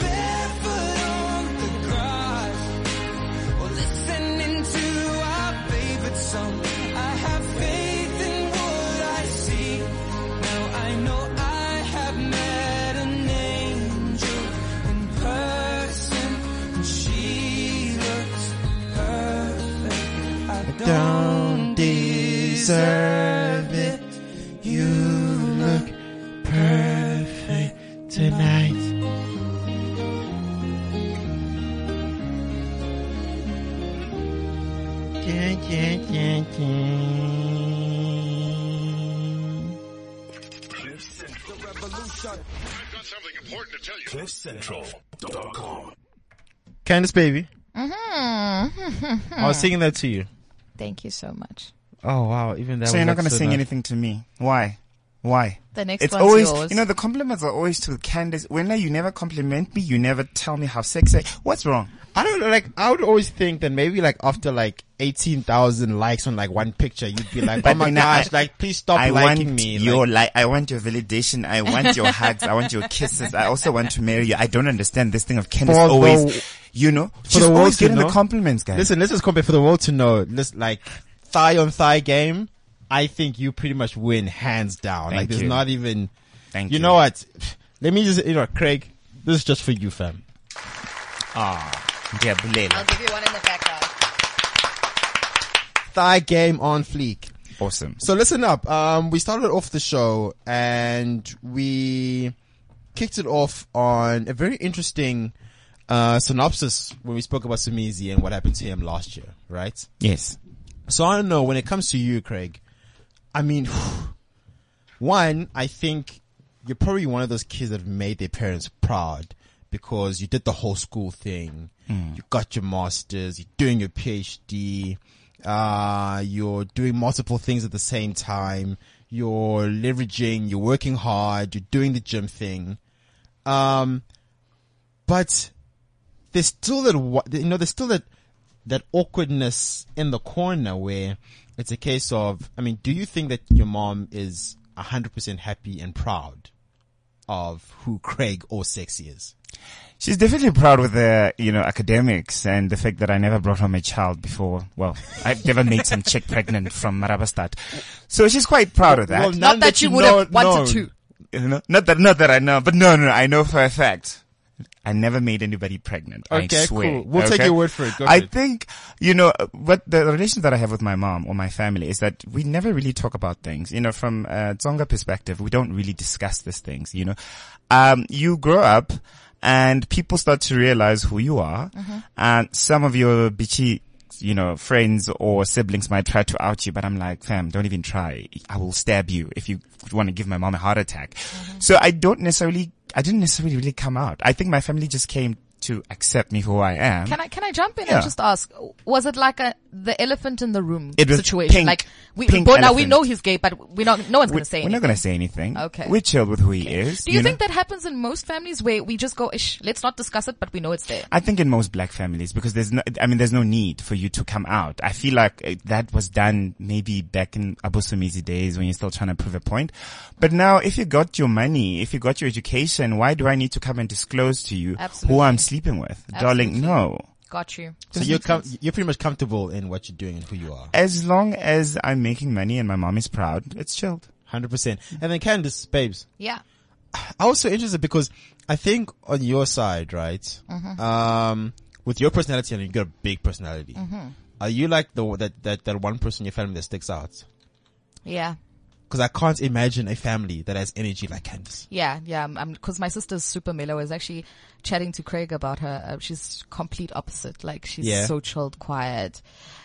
[SPEAKER 7] barefoot on the grass, or listening to our favorite song. I have faith in what I see. Now I know I have met an angel in person, and she looks perfect. I don't deserve it. You look perfect
[SPEAKER 4] Tonight.
[SPEAKER 1] CliffCentral.com.
[SPEAKER 4] Candace baby. I was singing that to you.
[SPEAKER 5] Thank you so much.
[SPEAKER 4] Oh wow, even that
[SPEAKER 6] So you're not going to sing anything to me. Why? Why?
[SPEAKER 5] The next
[SPEAKER 6] it's
[SPEAKER 5] one's
[SPEAKER 6] always,
[SPEAKER 5] yours.
[SPEAKER 6] You know, the compliments are always to Candace. When you never compliment me, you never tell me how sexy. I- What's wrong?
[SPEAKER 4] I don't know. Like, I would always think that maybe like after like eighteen thousand likes on like one picture, you'd be like, "Oh
[SPEAKER 6] But
[SPEAKER 4] my
[SPEAKER 6] now
[SPEAKER 4] gosh!"
[SPEAKER 6] I-
[SPEAKER 4] like, please stop
[SPEAKER 6] I
[SPEAKER 4] liking
[SPEAKER 6] want
[SPEAKER 4] me.
[SPEAKER 6] your
[SPEAKER 4] Like,
[SPEAKER 6] like, I want your validation. I want your hugs. I want your kisses. I also want to marry you. I don't understand this thing of Candace
[SPEAKER 4] For the-
[SPEAKER 6] always, you know, she's
[SPEAKER 4] the world
[SPEAKER 6] always
[SPEAKER 4] to
[SPEAKER 6] getting
[SPEAKER 4] know.
[SPEAKER 6] the compliments, guys.
[SPEAKER 4] listen, this is compared for the world to know. This like thigh on thigh game. I think you pretty much win hands down. like,
[SPEAKER 6] Thank
[SPEAKER 4] there's
[SPEAKER 6] you.
[SPEAKER 4] not even.
[SPEAKER 6] Thank
[SPEAKER 4] you
[SPEAKER 6] you.
[SPEAKER 4] know what? Let me just, you know, Craig. This is just for you, fam.
[SPEAKER 5] I'll give you one in the background.
[SPEAKER 4] Thigh game on fleek.
[SPEAKER 6] Awesome.
[SPEAKER 4] So listen up. Um, we started off the show and we kicked it off on a very interesting uh, synopsis when we spoke about Sumizi and what happened to him last year, right?
[SPEAKER 6] Yes.
[SPEAKER 4] So I don't know when it comes to you, Craig. I mean, one, I think you're probably one of those kids that have made their parents proud because you did the whole school thing. You got your masters, you're doing your PhD, uh, you're doing multiple things at the same time. You're leveraging, you're working hard, you're doing the gym thing. Um, but there's still that, wa- you know, there's still that, that awkwardness in the corner where it's a case of, I mean, do you think that your mom is 100% happy and proud of who Craig or Sexy is?
[SPEAKER 6] She's definitely proud with the, you know, academics and the fact that I never brought home a child before. Well, I've never made some chick pregnant from Marabastat. So she's quite proud of that.
[SPEAKER 4] Well,
[SPEAKER 5] Not
[SPEAKER 4] none
[SPEAKER 5] that,
[SPEAKER 4] that
[SPEAKER 5] you
[SPEAKER 4] you
[SPEAKER 5] would
[SPEAKER 4] know-
[SPEAKER 5] have wanted
[SPEAKER 4] known.
[SPEAKER 5] to.
[SPEAKER 6] You know, not that, not that I know, but no, no, I know for a fact. I never made anybody pregnant.
[SPEAKER 4] Okay,
[SPEAKER 6] I swear.
[SPEAKER 4] cool. We'll take your word for it. Go
[SPEAKER 6] I
[SPEAKER 4] ahead.
[SPEAKER 6] think, you know, uh, what the relations that I have with my mom or my family is that we never really talk about things. You know, from a Tsonga perspective, we don't really discuss these things, you know. Um, you grow up and people start to realize who you are. And some of your bitchy, you know, friends or siblings might try to out you, but I'm like, fam, don't even try. I will stab you if you want to give my mom a heart attack. So I don't necessarily, I didn't necessarily really come out. I think my family just came to accept me who I am.
[SPEAKER 5] Can I can I jump in
[SPEAKER 6] Yeah.
[SPEAKER 5] and just ask? Was it like a the elephant in the room
[SPEAKER 6] It was
[SPEAKER 5] situation?
[SPEAKER 6] pink-
[SPEAKER 5] like we
[SPEAKER 6] pink
[SPEAKER 5] but now we
[SPEAKER 6] elephant.
[SPEAKER 5] know he's gay, but we not no one's
[SPEAKER 6] We-
[SPEAKER 5] gonna say
[SPEAKER 6] We're not
[SPEAKER 5] anything.
[SPEAKER 6] going to say anything.
[SPEAKER 5] Okay.
[SPEAKER 6] We're chilled with who he is.
[SPEAKER 5] Do you,
[SPEAKER 6] know?
[SPEAKER 5] think that happens in most families where we just go, Ish, let's not discuss it, but we know it's there?
[SPEAKER 6] I think in most black families, because there's no, I mean, there's no need for you to come out. I feel like uh, that was done maybe back in Abusumizi days when you're still trying to prove a point. But now, if you got your money, if you got your education, why do I need to come and disclose to you
[SPEAKER 5] Absolutely.
[SPEAKER 6] who I'm sleeping with? Darling, no.
[SPEAKER 5] Got you.
[SPEAKER 4] So you're, com- you're pretty much comfortable in what you're doing and who you are.
[SPEAKER 6] As long as I'm making money and my mom is proud, it's chilled.
[SPEAKER 4] 100%. And then Candace, babes,
[SPEAKER 5] Yeah.
[SPEAKER 4] I was so interested because I think on your side, right? Um, with your personality, and you got a big personality. Are you like the that that that one person in your family that sticks out?
[SPEAKER 5] Yeah.
[SPEAKER 4] Because I can't imagine a family that has energy like Candace.
[SPEAKER 5] Yeah, yeah. Because my sister's super mellow. I was actually chatting to Craig about her. Uh, she's complete opposite. Like she's
[SPEAKER 4] Yeah.
[SPEAKER 5] so chilled, quiet.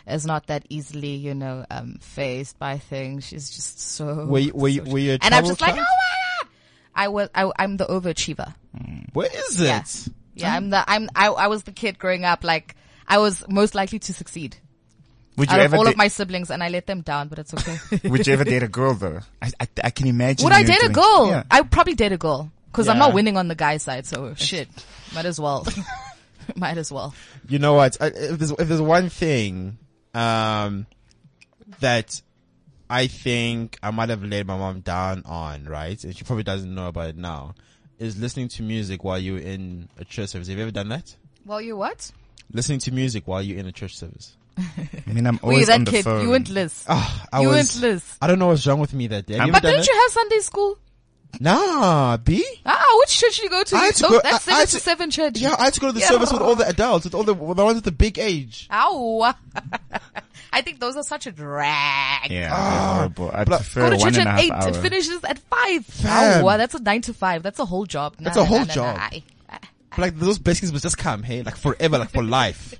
[SPEAKER 5] Is not that easily, you know, um, phased by things. She's just so.
[SPEAKER 4] Were you- were you-
[SPEAKER 5] so
[SPEAKER 4] were you a
[SPEAKER 5] chill. And I'm just
[SPEAKER 4] trouble
[SPEAKER 5] like, oh my god! I was. I, I'm the overachiever.
[SPEAKER 4] Where is it?
[SPEAKER 5] Yeah. Yeah, I'm the. I'm. I, I was the kid growing up. Like I was most likely to succeed
[SPEAKER 6] Would you
[SPEAKER 5] out of
[SPEAKER 6] ever,
[SPEAKER 5] all of
[SPEAKER 6] da-
[SPEAKER 5] my siblings, and I let them down. But it's okay.
[SPEAKER 6] would you ever date a girl though? I, I, I can imagine.
[SPEAKER 5] Would I
[SPEAKER 6] you
[SPEAKER 5] date a
[SPEAKER 6] doing-
[SPEAKER 5] girl?
[SPEAKER 6] Yeah.
[SPEAKER 5] I probably date a girl because I'm
[SPEAKER 4] Yeah.
[SPEAKER 5] not winning on the guy side. So shit, might as well. might as well.
[SPEAKER 4] You know what? I, if there's if there's one thing, um, that I think I might have laid my mom down on, right? And she probably doesn't know about it now. Is listening to music while you're in a church service. Have you ever done that?
[SPEAKER 5] Well, you what?
[SPEAKER 4] Listening to music while you're in a church service.
[SPEAKER 6] I mean, I'm
[SPEAKER 5] Were you
[SPEAKER 6] always on
[SPEAKER 5] that
[SPEAKER 6] the
[SPEAKER 5] kid?
[SPEAKER 6] phone.
[SPEAKER 5] You weren't Liz.
[SPEAKER 4] Ah, I
[SPEAKER 5] You
[SPEAKER 4] was,
[SPEAKER 5] weren't Liz.
[SPEAKER 4] I don't know what's wrong with me that day. Have
[SPEAKER 6] I'm-
[SPEAKER 4] you
[SPEAKER 5] but
[SPEAKER 4] ever done
[SPEAKER 5] didn't
[SPEAKER 4] that?
[SPEAKER 5] Oh, you have Sunday school?
[SPEAKER 4] Nah, B.
[SPEAKER 5] Ah, which church did you go to?
[SPEAKER 4] I had to
[SPEAKER 5] Those-
[SPEAKER 4] go- I- I
[SPEAKER 5] that's seven
[SPEAKER 4] had
[SPEAKER 5] to
[SPEAKER 4] to-
[SPEAKER 5] seven church.
[SPEAKER 4] Yeah, I had to go to the
[SPEAKER 5] Yeah.
[SPEAKER 4] service with all the adults, with all the, with the ones with the big age.
[SPEAKER 5] Ow. I think those are such a drag.
[SPEAKER 6] Yeah, that's horrible. I
[SPEAKER 4] Bla-
[SPEAKER 6] prefer
[SPEAKER 5] Go to
[SPEAKER 6] one
[SPEAKER 5] church
[SPEAKER 6] and a
[SPEAKER 5] at
[SPEAKER 6] half
[SPEAKER 5] eight.
[SPEAKER 6] hour.
[SPEAKER 5] It finishes at five.
[SPEAKER 4] Fam.
[SPEAKER 5] Ow, that's a nine to five. That's a whole job. Nah,
[SPEAKER 4] That's a
[SPEAKER 5] nah,
[SPEAKER 4] whole
[SPEAKER 5] nah, nah,
[SPEAKER 4] job.
[SPEAKER 5] nah. I-
[SPEAKER 4] But like those blessings must just come, hey, like forever, like for life.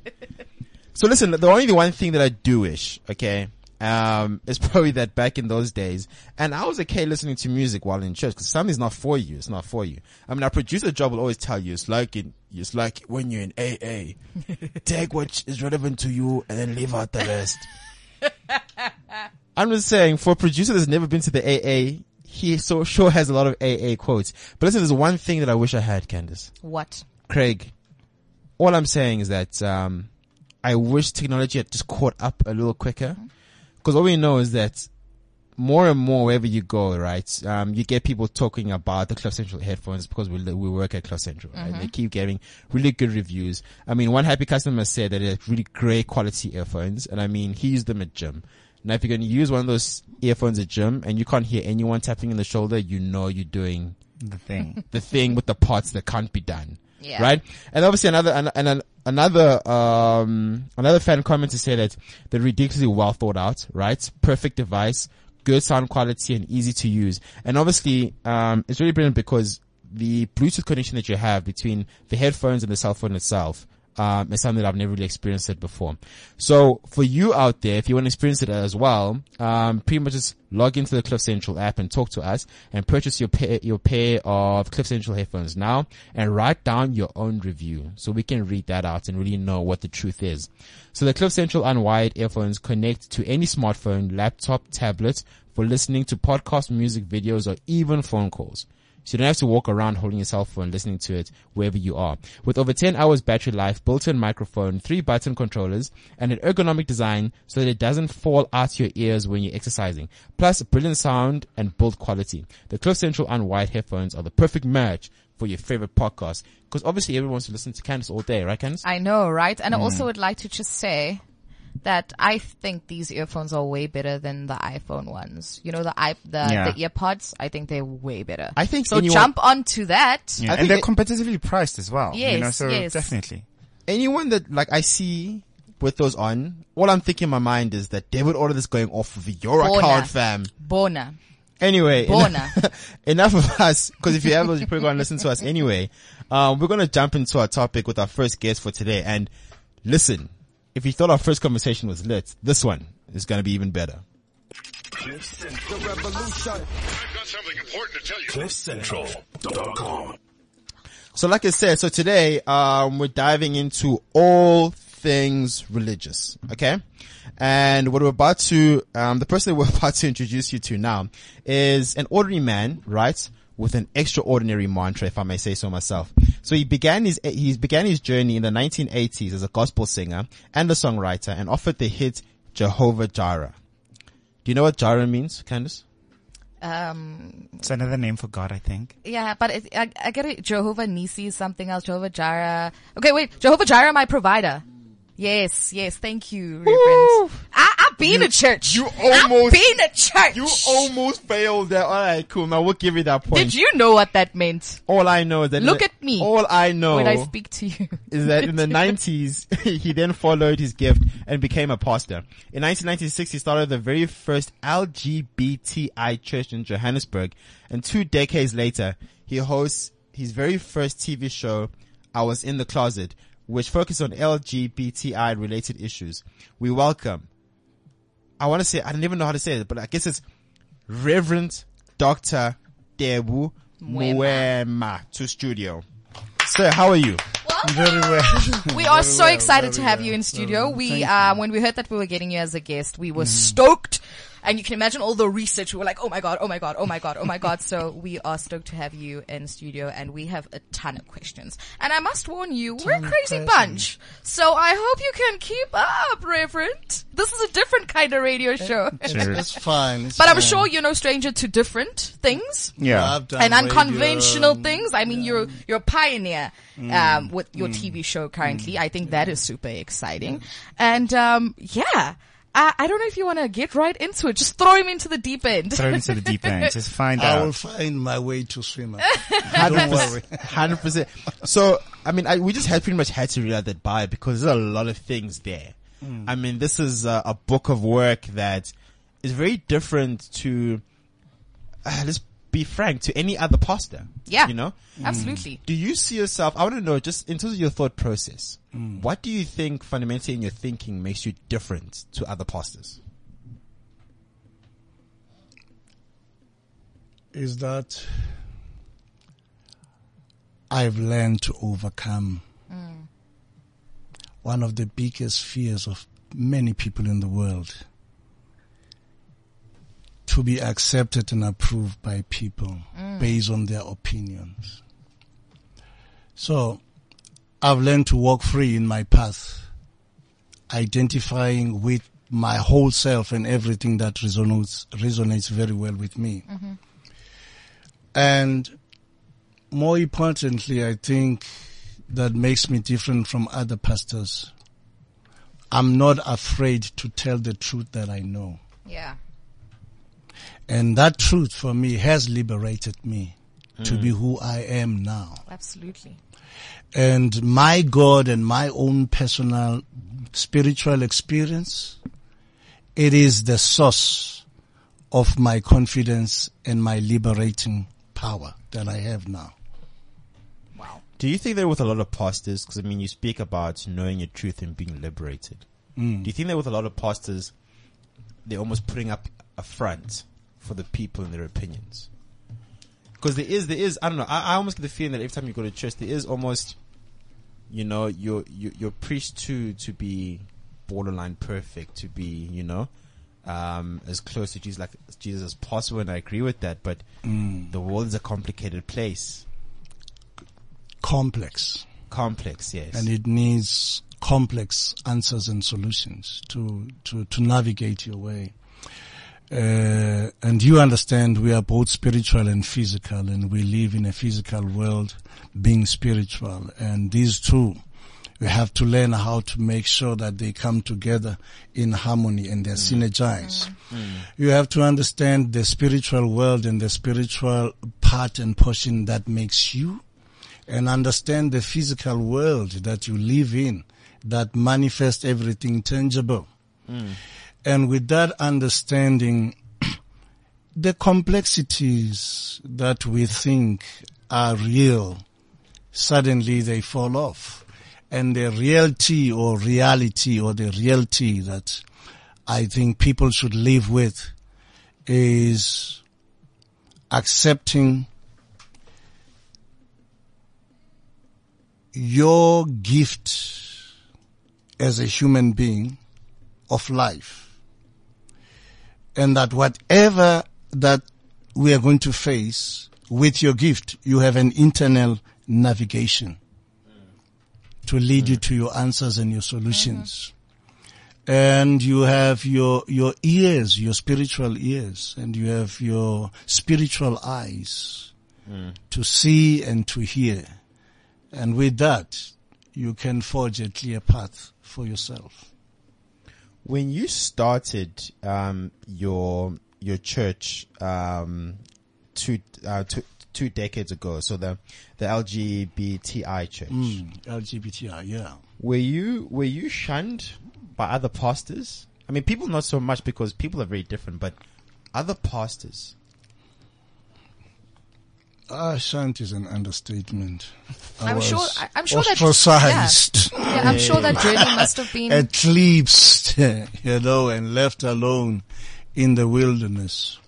[SPEAKER 4] So listen, the only one thing that I do wish, okay, um, is probably that back in those days, and I was okay listening to music while in church because something's not for you. It's not for you. I mean, our producer job will always tell you it's like in, it's like when you're in AA, take what is relevant to you and then leave out the rest. I'm just saying, for a producer that's never been to the AA, he so sure has a lot of AA quotes. But listen, there's one thing that I wish I had, Candace.
[SPEAKER 5] What?
[SPEAKER 4] Craig, all I'm saying is that um, I wish technology had just caught up a little quicker, because all we know is that more and more wherever you go, right, um, you get people talking about the Club Central headphones because we li- we work at Club Central, right? They keep getting really good reviews. I mean, one happy customer said that it's really great quality earphones, and I mean, he used them at gym. Now, if you're going to use one of those earphones at gym and you can't hear anyone tapping in the shoulder, you know you're doing
[SPEAKER 6] The thing.
[SPEAKER 4] the thing with the parts that can't be done.
[SPEAKER 5] Yeah.
[SPEAKER 4] Right? And obviously another, an, an, an- another, um, another fan commented to say that they're ridiculously well thought out, right? Perfect device, good sound quality and easy to use. And obviously, um, it's really brilliant because the Bluetooth connection that you have between the headphones and the cell phone itself, um, is something that I've never really experienced it before. So for you out there, if you want to experience it as well, um, pretty much just log into the Cliff Central app and talk to us and purchase your pair, your pair of Cliff Central headphones now and write down your own review so we can read that out and really know what the truth is. So the Cliff Central unwired earphones connect to any smartphone, laptop, tablet for listening to podcast, music, videos, or even phone calls. So you don't have to walk around holding your cell phone listening to it wherever you are. With over 10 hours battery life, built-in microphone, three button controllers, and an ergonomic design so that it doesn't fall out your ears when you're exercising. Plus brilliant sound and build quality. The Cliff Central and White headphones are the perfect match for your favorite podcast. Cause obviously everyone wants to listen to Candace all day, right Candace?
[SPEAKER 5] I know, right? And I
[SPEAKER 4] Mm.
[SPEAKER 5] also would like to just say that I think these earphones are way better than the iPhone ones. You know, the i the,
[SPEAKER 6] Yeah.
[SPEAKER 5] the earpods. I think they're way better.
[SPEAKER 4] I think
[SPEAKER 5] so.
[SPEAKER 4] anyone-
[SPEAKER 5] jump onto that.
[SPEAKER 6] Yeah,
[SPEAKER 4] I
[SPEAKER 6] and they're
[SPEAKER 4] think
[SPEAKER 6] competitively priced as well. you know,
[SPEAKER 5] Yes,
[SPEAKER 6] so
[SPEAKER 5] yes.
[SPEAKER 6] definitely.
[SPEAKER 4] Anyone that like I see with those on, all I'm thinking in my mind is that they would order this going off of your
[SPEAKER 5] Bona.
[SPEAKER 4] account fam.
[SPEAKER 5] Bona.
[SPEAKER 4] Anyway,
[SPEAKER 5] Bona.
[SPEAKER 4] enough of us, because if you have those, you're probably going to listen to us anyway. Um, we're going to jump into our topic with our first guest for today. And listen, if you thought our first conversation was lit, this one is going to be even better.
[SPEAKER 8] I've got something important to tell you.
[SPEAKER 1] CliffCentral.com.
[SPEAKER 4] So like I said, so today, um, we're diving into all things religious. Okay. And what we're about to, um, the person that we're about to introduce you to now is an ordinary man, right? With an extraordinary mantra, if I may say so myself. So he began his, he began his journey in the 1980s as a gospel singer and a songwriter and offered the hit Jehovah Jireh. Do you know what Jireh means, Candace?
[SPEAKER 5] Um,
[SPEAKER 6] It's another name for God, I think.
[SPEAKER 5] yeah, but it, I, I get it. Jehovah Nisi is something else. Jehovah Jireh. Okay, wait. Jehovah Jireh, my provider. Yes, yes. Thank you, Reverend. I, I've been to church.
[SPEAKER 4] you almost-
[SPEAKER 5] I've been to church.
[SPEAKER 4] almost failed that. All right, cool. Now we'll give you that point.
[SPEAKER 5] Did you know what that meant
[SPEAKER 4] All I know is that
[SPEAKER 5] Look
[SPEAKER 4] in the-
[SPEAKER 5] at me
[SPEAKER 4] All I know
[SPEAKER 5] when I speak to you?
[SPEAKER 4] is that in the 90s he then followed his gift and became a pastor. In 1996 he started the very first LGBTI church in Johannesburg and two decades later he hosts his very first TV show I Was in the Closet which focused on LGBTI related issues. We welcome I want to say I don't even know how to say it but I guess it's Reverend Dr. Debu
[SPEAKER 5] Mwema.
[SPEAKER 4] Mwema to studio. Sir, how are you?
[SPEAKER 6] Very well.
[SPEAKER 5] We are so excited to have you in studio. We, uh, when we heard that we were getting you as a guest, we were
[SPEAKER 6] Mm-hmm.
[SPEAKER 5] stoked. And you can imagine all the research. We were like, oh my God, oh my God, oh my God, oh my God. So we are stoked to have you in studio and we have a ton of questions. And I must warn you, we're a crazy bunch. So I hope you can keep up, Reverend. This is a different kind of radio show.
[SPEAKER 9] It's fine. It's
[SPEAKER 5] But I'm
[SPEAKER 9] fine.
[SPEAKER 5] sure you're no stranger to different things.
[SPEAKER 6] Yeah.
[SPEAKER 9] I've done
[SPEAKER 5] and
[SPEAKER 9] radio.
[SPEAKER 5] unconventional things. I mean, you're you're a pioneer
[SPEAKER 9] Mm.
[SPEAKER 5] um, with your TV show currently. I think that is super exciting. And um, yeah, I, I don't know if you want to get right into it. Just throw him into the deep end.
[SPEAKER 6] Throw into the deep end. Just find
[SPEAKER 9] I will
[SPEAKER 6] out.
[SPEAKER 9] find my way to swimmer.
[SPEAKER 4] Hundred
[SPEAKER 9] Don't
[SPEAKER 4] percent.
[SPEAKER 9] worry.
[SPEAKER 4] Hundred percent. So I mean, I, we just had pretty much had to read that by because there's a lot of things there. I mean, this is a, a book of work that is very different to. Uh, let's be frank to any other pastor.
[SPEAKER 5] Yeah.
[SPEAKER 4] you know.
[SPEAKER 5] Mm. Absolutely.
[SPEAKER 4] Do you see yourself? I want to know just in terms of your thought process. What do you think fundamentally in your thinking makes you different to other pastors?
[SPEAKER 9] Is that I've learned to overcome one of the biggest fears of many people in the world. To to be accepted and approved by people based on their opinions. So I've learned to walk free in my path, identifying with my whole self and everything that resonates, resonates very well with me. And more importantly, I think that makes me different from other pastors. I'm not afraid to tell the truth that I know.
[SPEAKER 5] Yeah.
[SPEAKER 9] And that truth for me has liberated me to be who I am now.
[SPEAKER 5] Absolutely.
[SPEAKER 9] And my God and my own personal spiritual experience, it is the source of my confidence and my liberating power that I have now.
[SPEAKER 4] Do you think that with a lot of pastors, because I mean, you speak about knowing your truth and being liberated. Do you think that with a lot of pastors, they're almost putting up a front for the people and their opinions? Because there is, there is, I don't know. I, I almost get the feeling that every time you go to church, there is almost, you know, you're you, you're preached to to be borderline perfect, to be, you know, um, as close to Jesus like Jesus as possible, and I agree with that. But the world is a complicated place,
[SPEAKER 9] Complex.
[SPEAKER 4] complex, yes.
[SPEAKER 9] And it needs complex answers and solutions to, to, to navigate your way. Uh, and you understand we are both spiritual and physical and we live in a physical world being spiritual and these two we have to learn how to make sure that they come together in harmony and they're synergized. You have to understand the spiritual world and the spiritual part and portion that makes you and understand the physical world that you live in that manifests everything tangible. And with that understanding, the complexities that we think are real, suddenly they fall off. And the reality or reality or the reality that I think people should live with is accepting your gift as a human being of life. And that whatever that we are going to face with your gift, you have an internal navigation to lead you to your answers and your solutions. And you have your, your ears, your spiritual ears, and you have your spiritual eyes to see and to hear. And with that, you can forge a clear path for yourself.
[SPEAKER 4] when you started um, your your church um, two, uh, two two decades ago, so the the LGBTI church,
[SPEAKER 9] Mm. LGBTI, yeah.
[SPEAKER 4] were you were you shunned by other pastors? I mean, people not so much because people are very different, but other pastors.
[SPEAKER 9] Ah, shunt is an understatement. I
[SPEAKER 5] I'm
[SPEAKER 9] was
[SPEAKER 5] sure- I- I'm sure that-
[SPEAKER 9] ostracized,
[SPEAKER 5] Yeah, I'm sure that journey must have been.
[SPEAKER 9] eclipsed, you know, and left alone in the wilderness.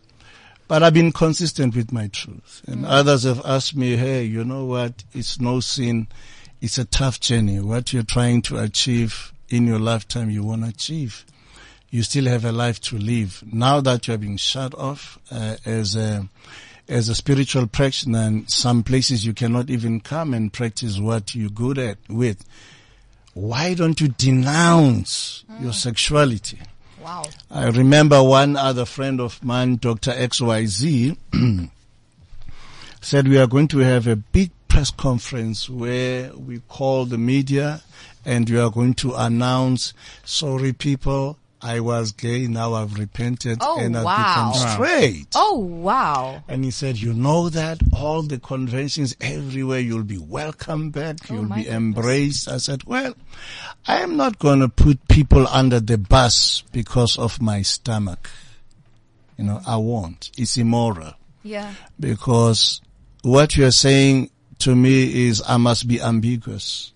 [SPEAKER 9] But I've been consistent with my truth. And
[SPEAKER 5] Mm.
[SPEAKER 9] others have asked me, hey, you know what? It's no sin. It's a tough journey. What you're trying to achieve in your lifetime, you won't achieve. You still have a life to live. Now that you're being shut off uh, as a as a spiritual practitioner, in some places you cannot even come and practice what you're good at with why don't you denounce your
[SPEAKER 5] Mm.
[SPEAKER 9] sexuality?
[SPEAKER 5] wow.
[SPEAKER 9] I remember one other friend of mine, Dr. XYZ, said we are going to have a big press conference where we call the media and we are going to announce, sorry people, I was gay, now I've repented
[SPEAKER 5] Oh,
[SPEAKER 9] and I've
[SPEAKER 5] wow.
[SPEAKER 9] become straight.
[SPEAKER 5] Oh, wow.
[SPEAKER 9] And he said, you know that all the conventions everywhere, you'll be welcome back. you'll
[SPEAKER 5] Oh my
[SPEAKER 9] be
[SPEAKER 5] goodness.
[SPEAKER 9] embraced. I said, well, I am not going to put people under the bus because of my stomach. You know, I won't. It's immoral
[SPEAKER 5] Yeah.
[SPEAKER 9] because what you're saying to me is I must be ambiguous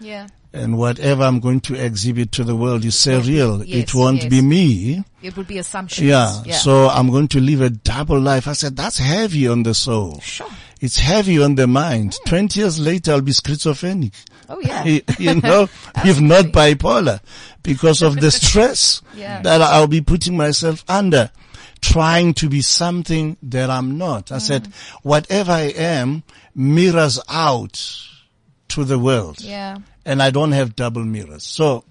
[SPEAKER 5] Yeah.
[SPEAKER 9] and whatever I'm going to exhibit to the world is surreal.
[SPEAKER 5] Yes,
[SPEAKER 9] it won't
[SPEAKER 5] yes.
[SPEAKER 9] be me.
[SPEAKER 5] It would be assumptions.
[SPEAKER 9] Yeah. So I'm going to live a double life. I said, that's heavy on the soul.
[SPEAKER 5] Sure.
[SPEAKER 9] It's heavy on the mind. 20 years later, I'll be schizophrenic.
[SPEAKER 5] Oh, yeah.
[SPEAKER 9] You, you know, if not bipolar because of the stress
[SPEAKER 5] Yeah.
[SPEAKER 9] that I'll be putting myself under trying to be something that I'm not. I
[SPEAKER 5] Mm.
[SPEAKER 9] said, whatever I am mirrors out to the world.
[SPEAKER 5] Yeah.
[SPEAKER 9] And I don't have double mirrors. So,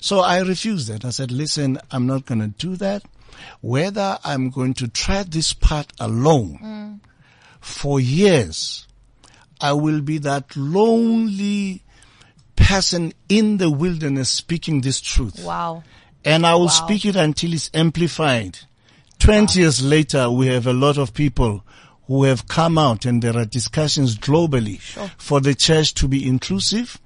[SPEAKER 9] so I refused that. I said, listen, I'm not going to do that. Whether I'm going to try this part alone for years, I will be that lonely person in the wilderness speaking this truth.
[SPEAKER 5] Wow.
[SPEAKER 9] And I will speak it until it's amplified. 20 years later, we have a lot of people who have come out and there are discussions globally for the church to be inclusive.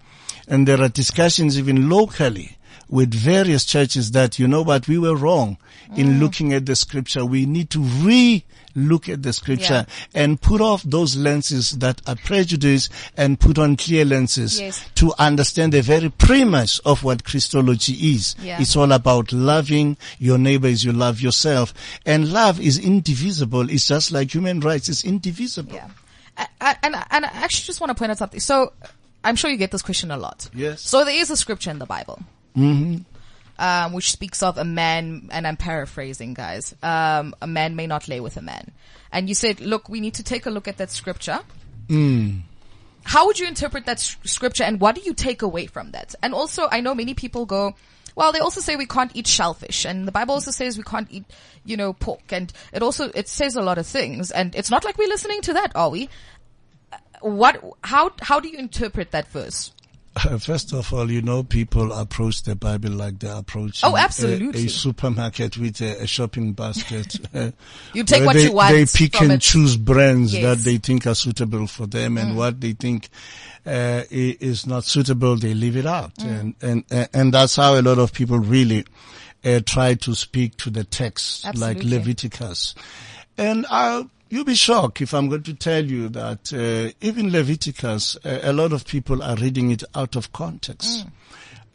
[SPEAKER 9] And there are discussions even locally with various churches that, you know what, we were wrong
[SPEAKER 5] Mm.
[SPEAKER 9] in looking at the scripture. We need to re-look at the scripture and put off those lenses that are prejudice and put on clear lenses
[SPEAKER 5] Yes.
[SPEAKER 9] to understand the very premise of what Christology is.
[SPEAKER 5] Yeah.
[SPEAKER 9] It's all about loving your neighbor as you love yourself. And love is indivisible. It's just like human rights. It's indivisible.
[SPEAKER 5] Yeah. I, I, and, I- and I actually just want to point out something. So I'm sure you get this question a lot.
[SPEAKER 9] Yes.
[SPEAKER 5] So there is a scripture in the Bible. Um, which speaks of a man, and I'm paraphrasing guys, um, a man may not lay with a man. And you said, look, we need to take a look at that scripture. How would you interpret that s- scripture and what do you take away from that? And also, I know many people go, well, they also say we can't eat shellfish and the Bible also says we can't eat, you know, pork and it also, it says a lot of things and it's not like we're listening to that, are we? Uh, What, how, how do you interpret that verse?
[SPEAKER 9] First of all, you know, people approach the Bible like they approach
[SPEAKER 5] Oh,
[SPEAKER 9] a-
[SPEAKER 5] absolutely.
[SPEAKER 9] A, supermarket with a, a shopping basket.
[SPEAKER 5] You take
[SPEAKER 9] where
[SPEAKER 5] what
[SPEAKER 9] they,
[SPEAKER 5] you want
[SPEAKER 9] They pick
[SPEAKER 5] from
[SPEAKER 9] and
[SPEAKER 5] it.
[SPEAKER 9] choose brands
[SPEAKER 5] Yes. Mm.
[SPEAKER 9] that they think are suitable for them, and what they think uh, i- is not suitable, they leave it out,
[SPEAKER 5] Mm.
[SPEAKER 9] and and a- and that's how a lot of people really uh, try to speak to the text,
[SPEAKER 5] Absolutely.
[SPEAKER 9] like Leviticus, and I. You'll be shocked if I'm going to tell you that uh, even Leviticus, uh, a, a lot of people are reading it out of context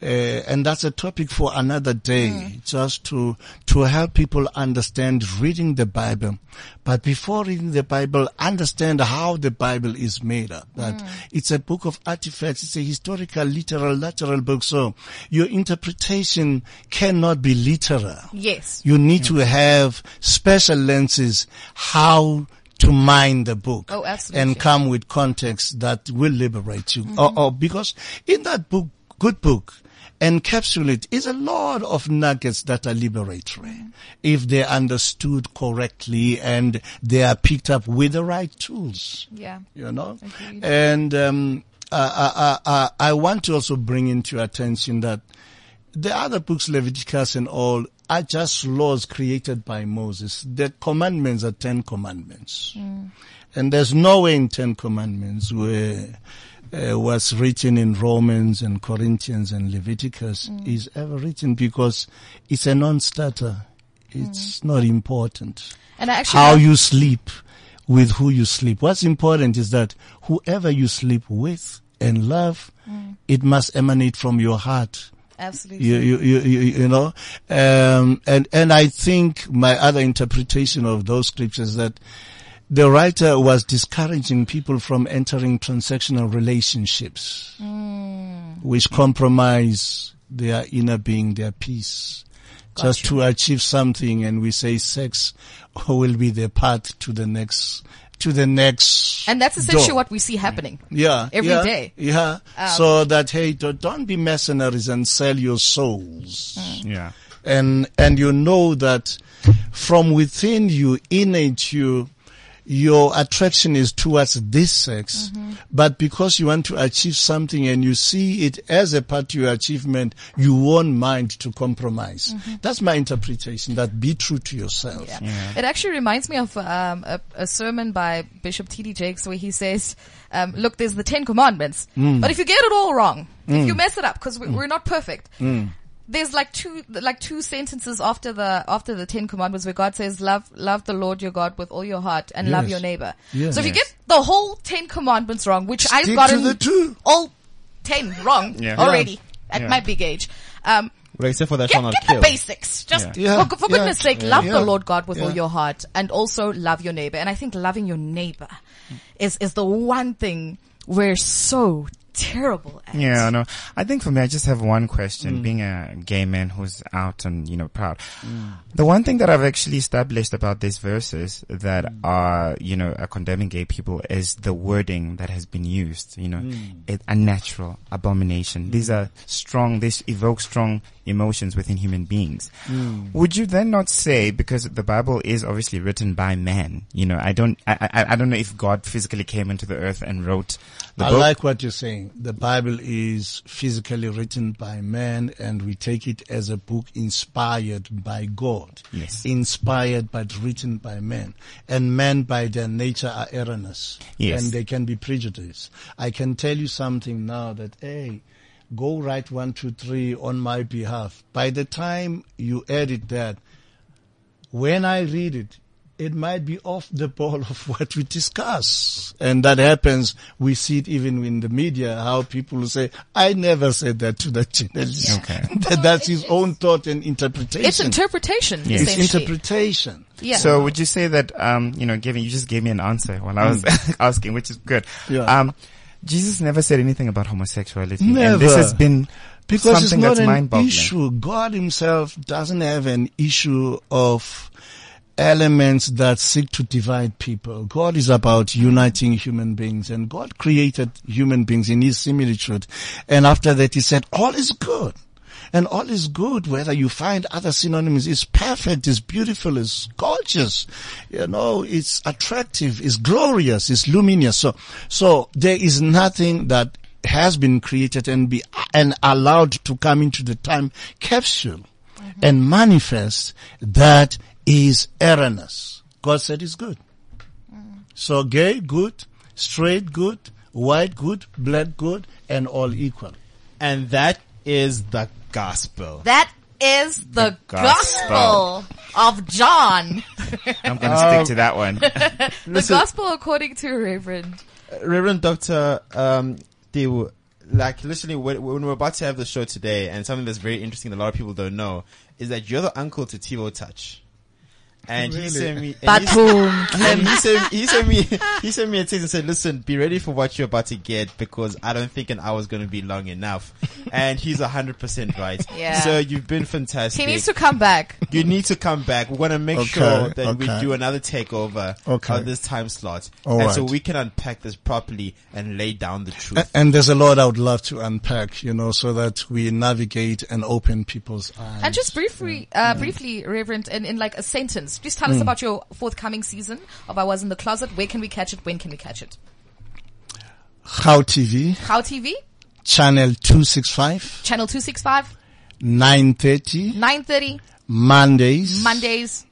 [SPEAKER 9] uh, and that's a topic for another day, just to to help people understand reading the Bible. But before reading the Bible, understand how the Bible is made up. That it's a book of artifacts. It's a historical, literal, lateral book. So your interpretation cannot be literal.
[SPEAKER 5] Yes.
[SPEAKER 9] You need to have special lenses how to mine the book
[SPEAKER 5] Oh, absolutely. Mm-hmm.
[SPEAKER 9] and come with context that will liberate you. Or, or because in that book, good book, encapsulate is a lot of nuggets that are liberatory
[SPEAKER 5] Mm-hmm.
[SPEAKER 9] if they're understood correctly and they are picked up with the right tools
[SPEAKER 5] Yeah.
[SPEAKER 9] you know. And um, I, I, I, I I want to also bring into your attention that the other books, Leviticus and all, are just laws created by Moses. The commandments are ten commandments, and there's nowhere in ten commandments where. Uh, what's written in Romans and Corinthians and Leviticus is ever written because it's a non-starter. It's not important
[SPEAKER 5] And I actually,
[SPEAKER 9] how you sleep with who you sleep. What's important is that whoever you sleep with and love, it must emanate from your heart.
[SPEAKER 5] absolutely.
[SPEAKER 9] You, you, you, you, you know, um, and, and I think my other interpretation of those scriptures that the writer was discouraging people from entering transactional relationships,
[SPEAKER 5] Mm.
[SPEAKER 9] which compromise their inner being, their peace, just to achieve something. And we say sex will be the path to the next, to the next.
[SPEAKER 5] And that's essentially
[SPEAKER 9] door.
[SPEAKER 5] what we see happening.
[SPEAKER 9] Yeah.
[SPEAKER 5] Every
[SPEAKER 9] every day.
[SPEAKER 5] day. Um,
[SPEAKER 9] yeah, so that, hey, don't, don't be mercenaries and sell your souls
[SPEAKER 5] Hmm.
[SPEAKER 6] Yeah.
[SPEAKER 9] and and you know that from within you, innate you, your attraction is towards this sex,
[SPEAKER 5] Mm-hmm.
[SPEAKER 9] but because you want to achieve something and you see it as a part to your achievement, you won't mind to compromise. That's my interpretation. That be true to yourself.
[SPEAKER 5] Mm-hmm. Yeah. It actually reminds me of um, a, a sermon by Bishop T.D. Jakes where he says, um, look, there's the Ten Commandments,
[SPEAKER 9] Mm.
[SPEAKER 5] but if you get it all wrong, if you mess it up, because we, we're not perfect,
[SPEAKER 9] Mm.
[SPEAKER 5] there's like two, like two sentences after the, after the Ten Commandments where God says, love, love the Lord your God with all your heart and love
[SPEAKER 9] Yes.
[SPEAKER 5] your neighbor.
[SPEAKER 9] Yes.
[SPEAKER 5] So if you
[SPEAKER 9] Yes.
[SPEAKER 5] get the whole Ten Commandments wrong, which I've
[SPEAKER 9] to
[SPEAKER 5] gotten
[SPEAKER 9] the two.
[SPEAKER 5] all ten wrong
[SPEAKER 6] Yeah.
[SPEAKER 5] already at
[SPEAKER 6] Yeah.
[SPEAKER 5] my big age, um,
[SPEAKER 4] Well, except for that
[SPEAKER 5] get,
[SPEAKER 4] one,
[SPEAKER 5] get
[SPEAKER 4] I'd
[SPEAKER 5] the
[SPEAKER 4] kill.
[SPEAKER 5] basics. Just
[SPEAKER 9] Yeah.
[SPEAKER 5] for, for
[SPEAKER 9] Yeah.
[SPEAKER 5] goodness sake, love
[SPEAKER 9] Yeah.
[SPEAKER 5] the Lord God with all
[SPEAKER 9] Yeah.
[SPEAKER 5] your heart, and also love your neighbor. And I think loving your neighbor is is the one thing we're so terrible at.
[SPEAKER 6] Yeah, no. I think for me, I just have one question. Being a gay man who's out and you know proud, the one thing that I've actually established about these verses that are you know are condemning gay people is the wording that has been used. You know, it, unnatural, abomination. These are strong. This evoke strong emotions within human beings. Would you then not say because the Bible is obviously written by man? You know, I don't, I, I, I don't know if God physically came into the earth and wrote the
[SPEAKER 9] I
[SPEAKER 6] book.
[SPEAKER 9] like what you're saying. The Bible is physically written by man and we take it as a book inspired by God.
[SPEAKER 6] Yes.
[SPEAKER 9] Inspired but written by man. And men by their nature are erroneous.
[SPEAKER 6] Yes.
[SPEAKER 9] And they can be prejudiced. I can tell you something now that, hey, go write one, two, three on my behalf. By the time you edit that, when I read it, it might be off the ball of what we discuss. And that happens. We see it even in the media, how people will say, I never said that to the journalist.
[SPEAKER 6] Okay.
[SPEAKER 9] That- That's his own thought and interpretation.
[SPEAKER 5] It's interpretation,
[SPEAKER 9] It's
[SPEAKER 5] essentially.
[SPEAKER 9] interpretation.
[SPEAKER 5] yeah.
[SPEAKER 6] So would you say that um, you know, giving you just gave me an answer while I was asking, which is good.
[SPEAKER 9] Mm. Yeah.
[SPEAKER 6] Um, Jesus never said anything about homosexuality, and this
[SPEAKER 9] Never.
[SPEAKER 6] has been
[SPEAKER 9] Because
[SPEAKER 6] something
[SPEAKER 9] it's not
[SPEAKER 6] that's
[SPEAKER 9] an
[SPEAKER 6] mind-boggling.
[SPEAKER 9] issue. God himself doesn't have an issue of elements that seek to divide people. God is about uniting human beings and God created human beings in his similitude. And after that he said, all is good. And all is good, whether you find other synonyms, is perfect, is beautiful, is gorgeous, you know, it's attractive, it's glorious, it's luminous. So, so there is nothing that has been created and be and allowed to come into the time capsule and manifest that is erroneous. God said it's good. So gay good, straight good, white good, black good, and all equal.
[SPEAKER 4] And that is the gospel.
[SPEAKER 5] that is the,
[SPEAKER 6] gospel.
[SPEAKER 5] gospel of John.
[SPEAKER 6] I'm going to stick to that one.
[SPEAKER 5] the gospel according to Reverend.
[SPEAKER 4] Reverend Doctor, um, they were like literally when, when we're about to have the show today, and something that's very interesting that a lot of people don't know is that you're the uncle to Tivo Touch, and he sent me. And he,
[SPEAKER 5] Boom.
[SPEAKER 4] and he sent he sent me he sent me a text and said, "Listen, be ready for what you're about to get because I don't think an hour's going to be long enough." And he's hundred percent right.
[SPEAKER 5] Yeah.
[SPEAKER 4] So you've been fantastic.
[SPEAKER 5] He needs to come back.
[SPEAKER 4] you need to come back. We're gonna make
[SPEAKER 9] Okay,
[SPEAKER 4] sure that we
[SPEAKER 9] okay.
[SPEAKER 4] do another takeover
[SPEAKER 9] Okay.
[SPEAKER 4] on this time slot,
[SPEAKER 9] All
[SPEAKER 4] and so
[SPEAKER 9] right.
[SPEAKER 4] we can unpack this properly and lay down the truth.
[SPEAKER 9] A- And there's a lot I would love to unpack, you know, so that we navigate and open people's eyes.
[SPEAKER 5] And just briefly, uh, briefly, Reverend, in, in like a sentence, just
[SPEAKER 9] Hmm.
[SPEAKER 5] tell us about your forthcoming season of I Was in the Closet. Where can we catch it? When can we catch it?
[SPEAKER 9] How TV,
[SPEAKER 5] How TV,
[SPEAKER 9] channel 265,
[SPEAKER 5] channel 265,
[SPEAKER 9] 9.30,
[SPEAKER 5] 9.30,
[SPEAKER 9] Mondays.
[SPEAKER 5] Mondays,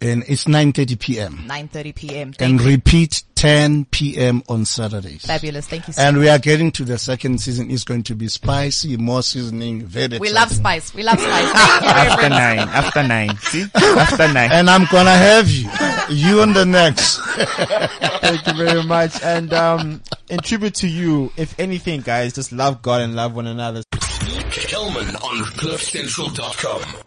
[SPEAKER 9] And it's 9.30 p.m.
[SPEAKER 5] 9.30 p.m. Thank
[SPEAKER 9] And repeat 10 p.m. on Saturdays.
[SPEAKER 5] Fabulous. Thank you so
[SPEAKER 9] And we are getting to the second season. It's going to be spicy, more seasoning, very
[SPEAKER 5] We
[SPEAKER 9] exciting.
[SPEAKER 5] love spice. We love spice. Thank you,
[SPEAKER 6] after
[SPEAKER 5] Reverend.
[SPEAKER 6] nine, after nine, see, after nine.
[SPEAKER 9] And I'm gonna have you. You on the next.
[SPEAKER 4] Thank you very much. And um, in tribute to you, if anything, guys, just love God and love one another.
[SPEAKER 1] Kelman on CliffCentral.com.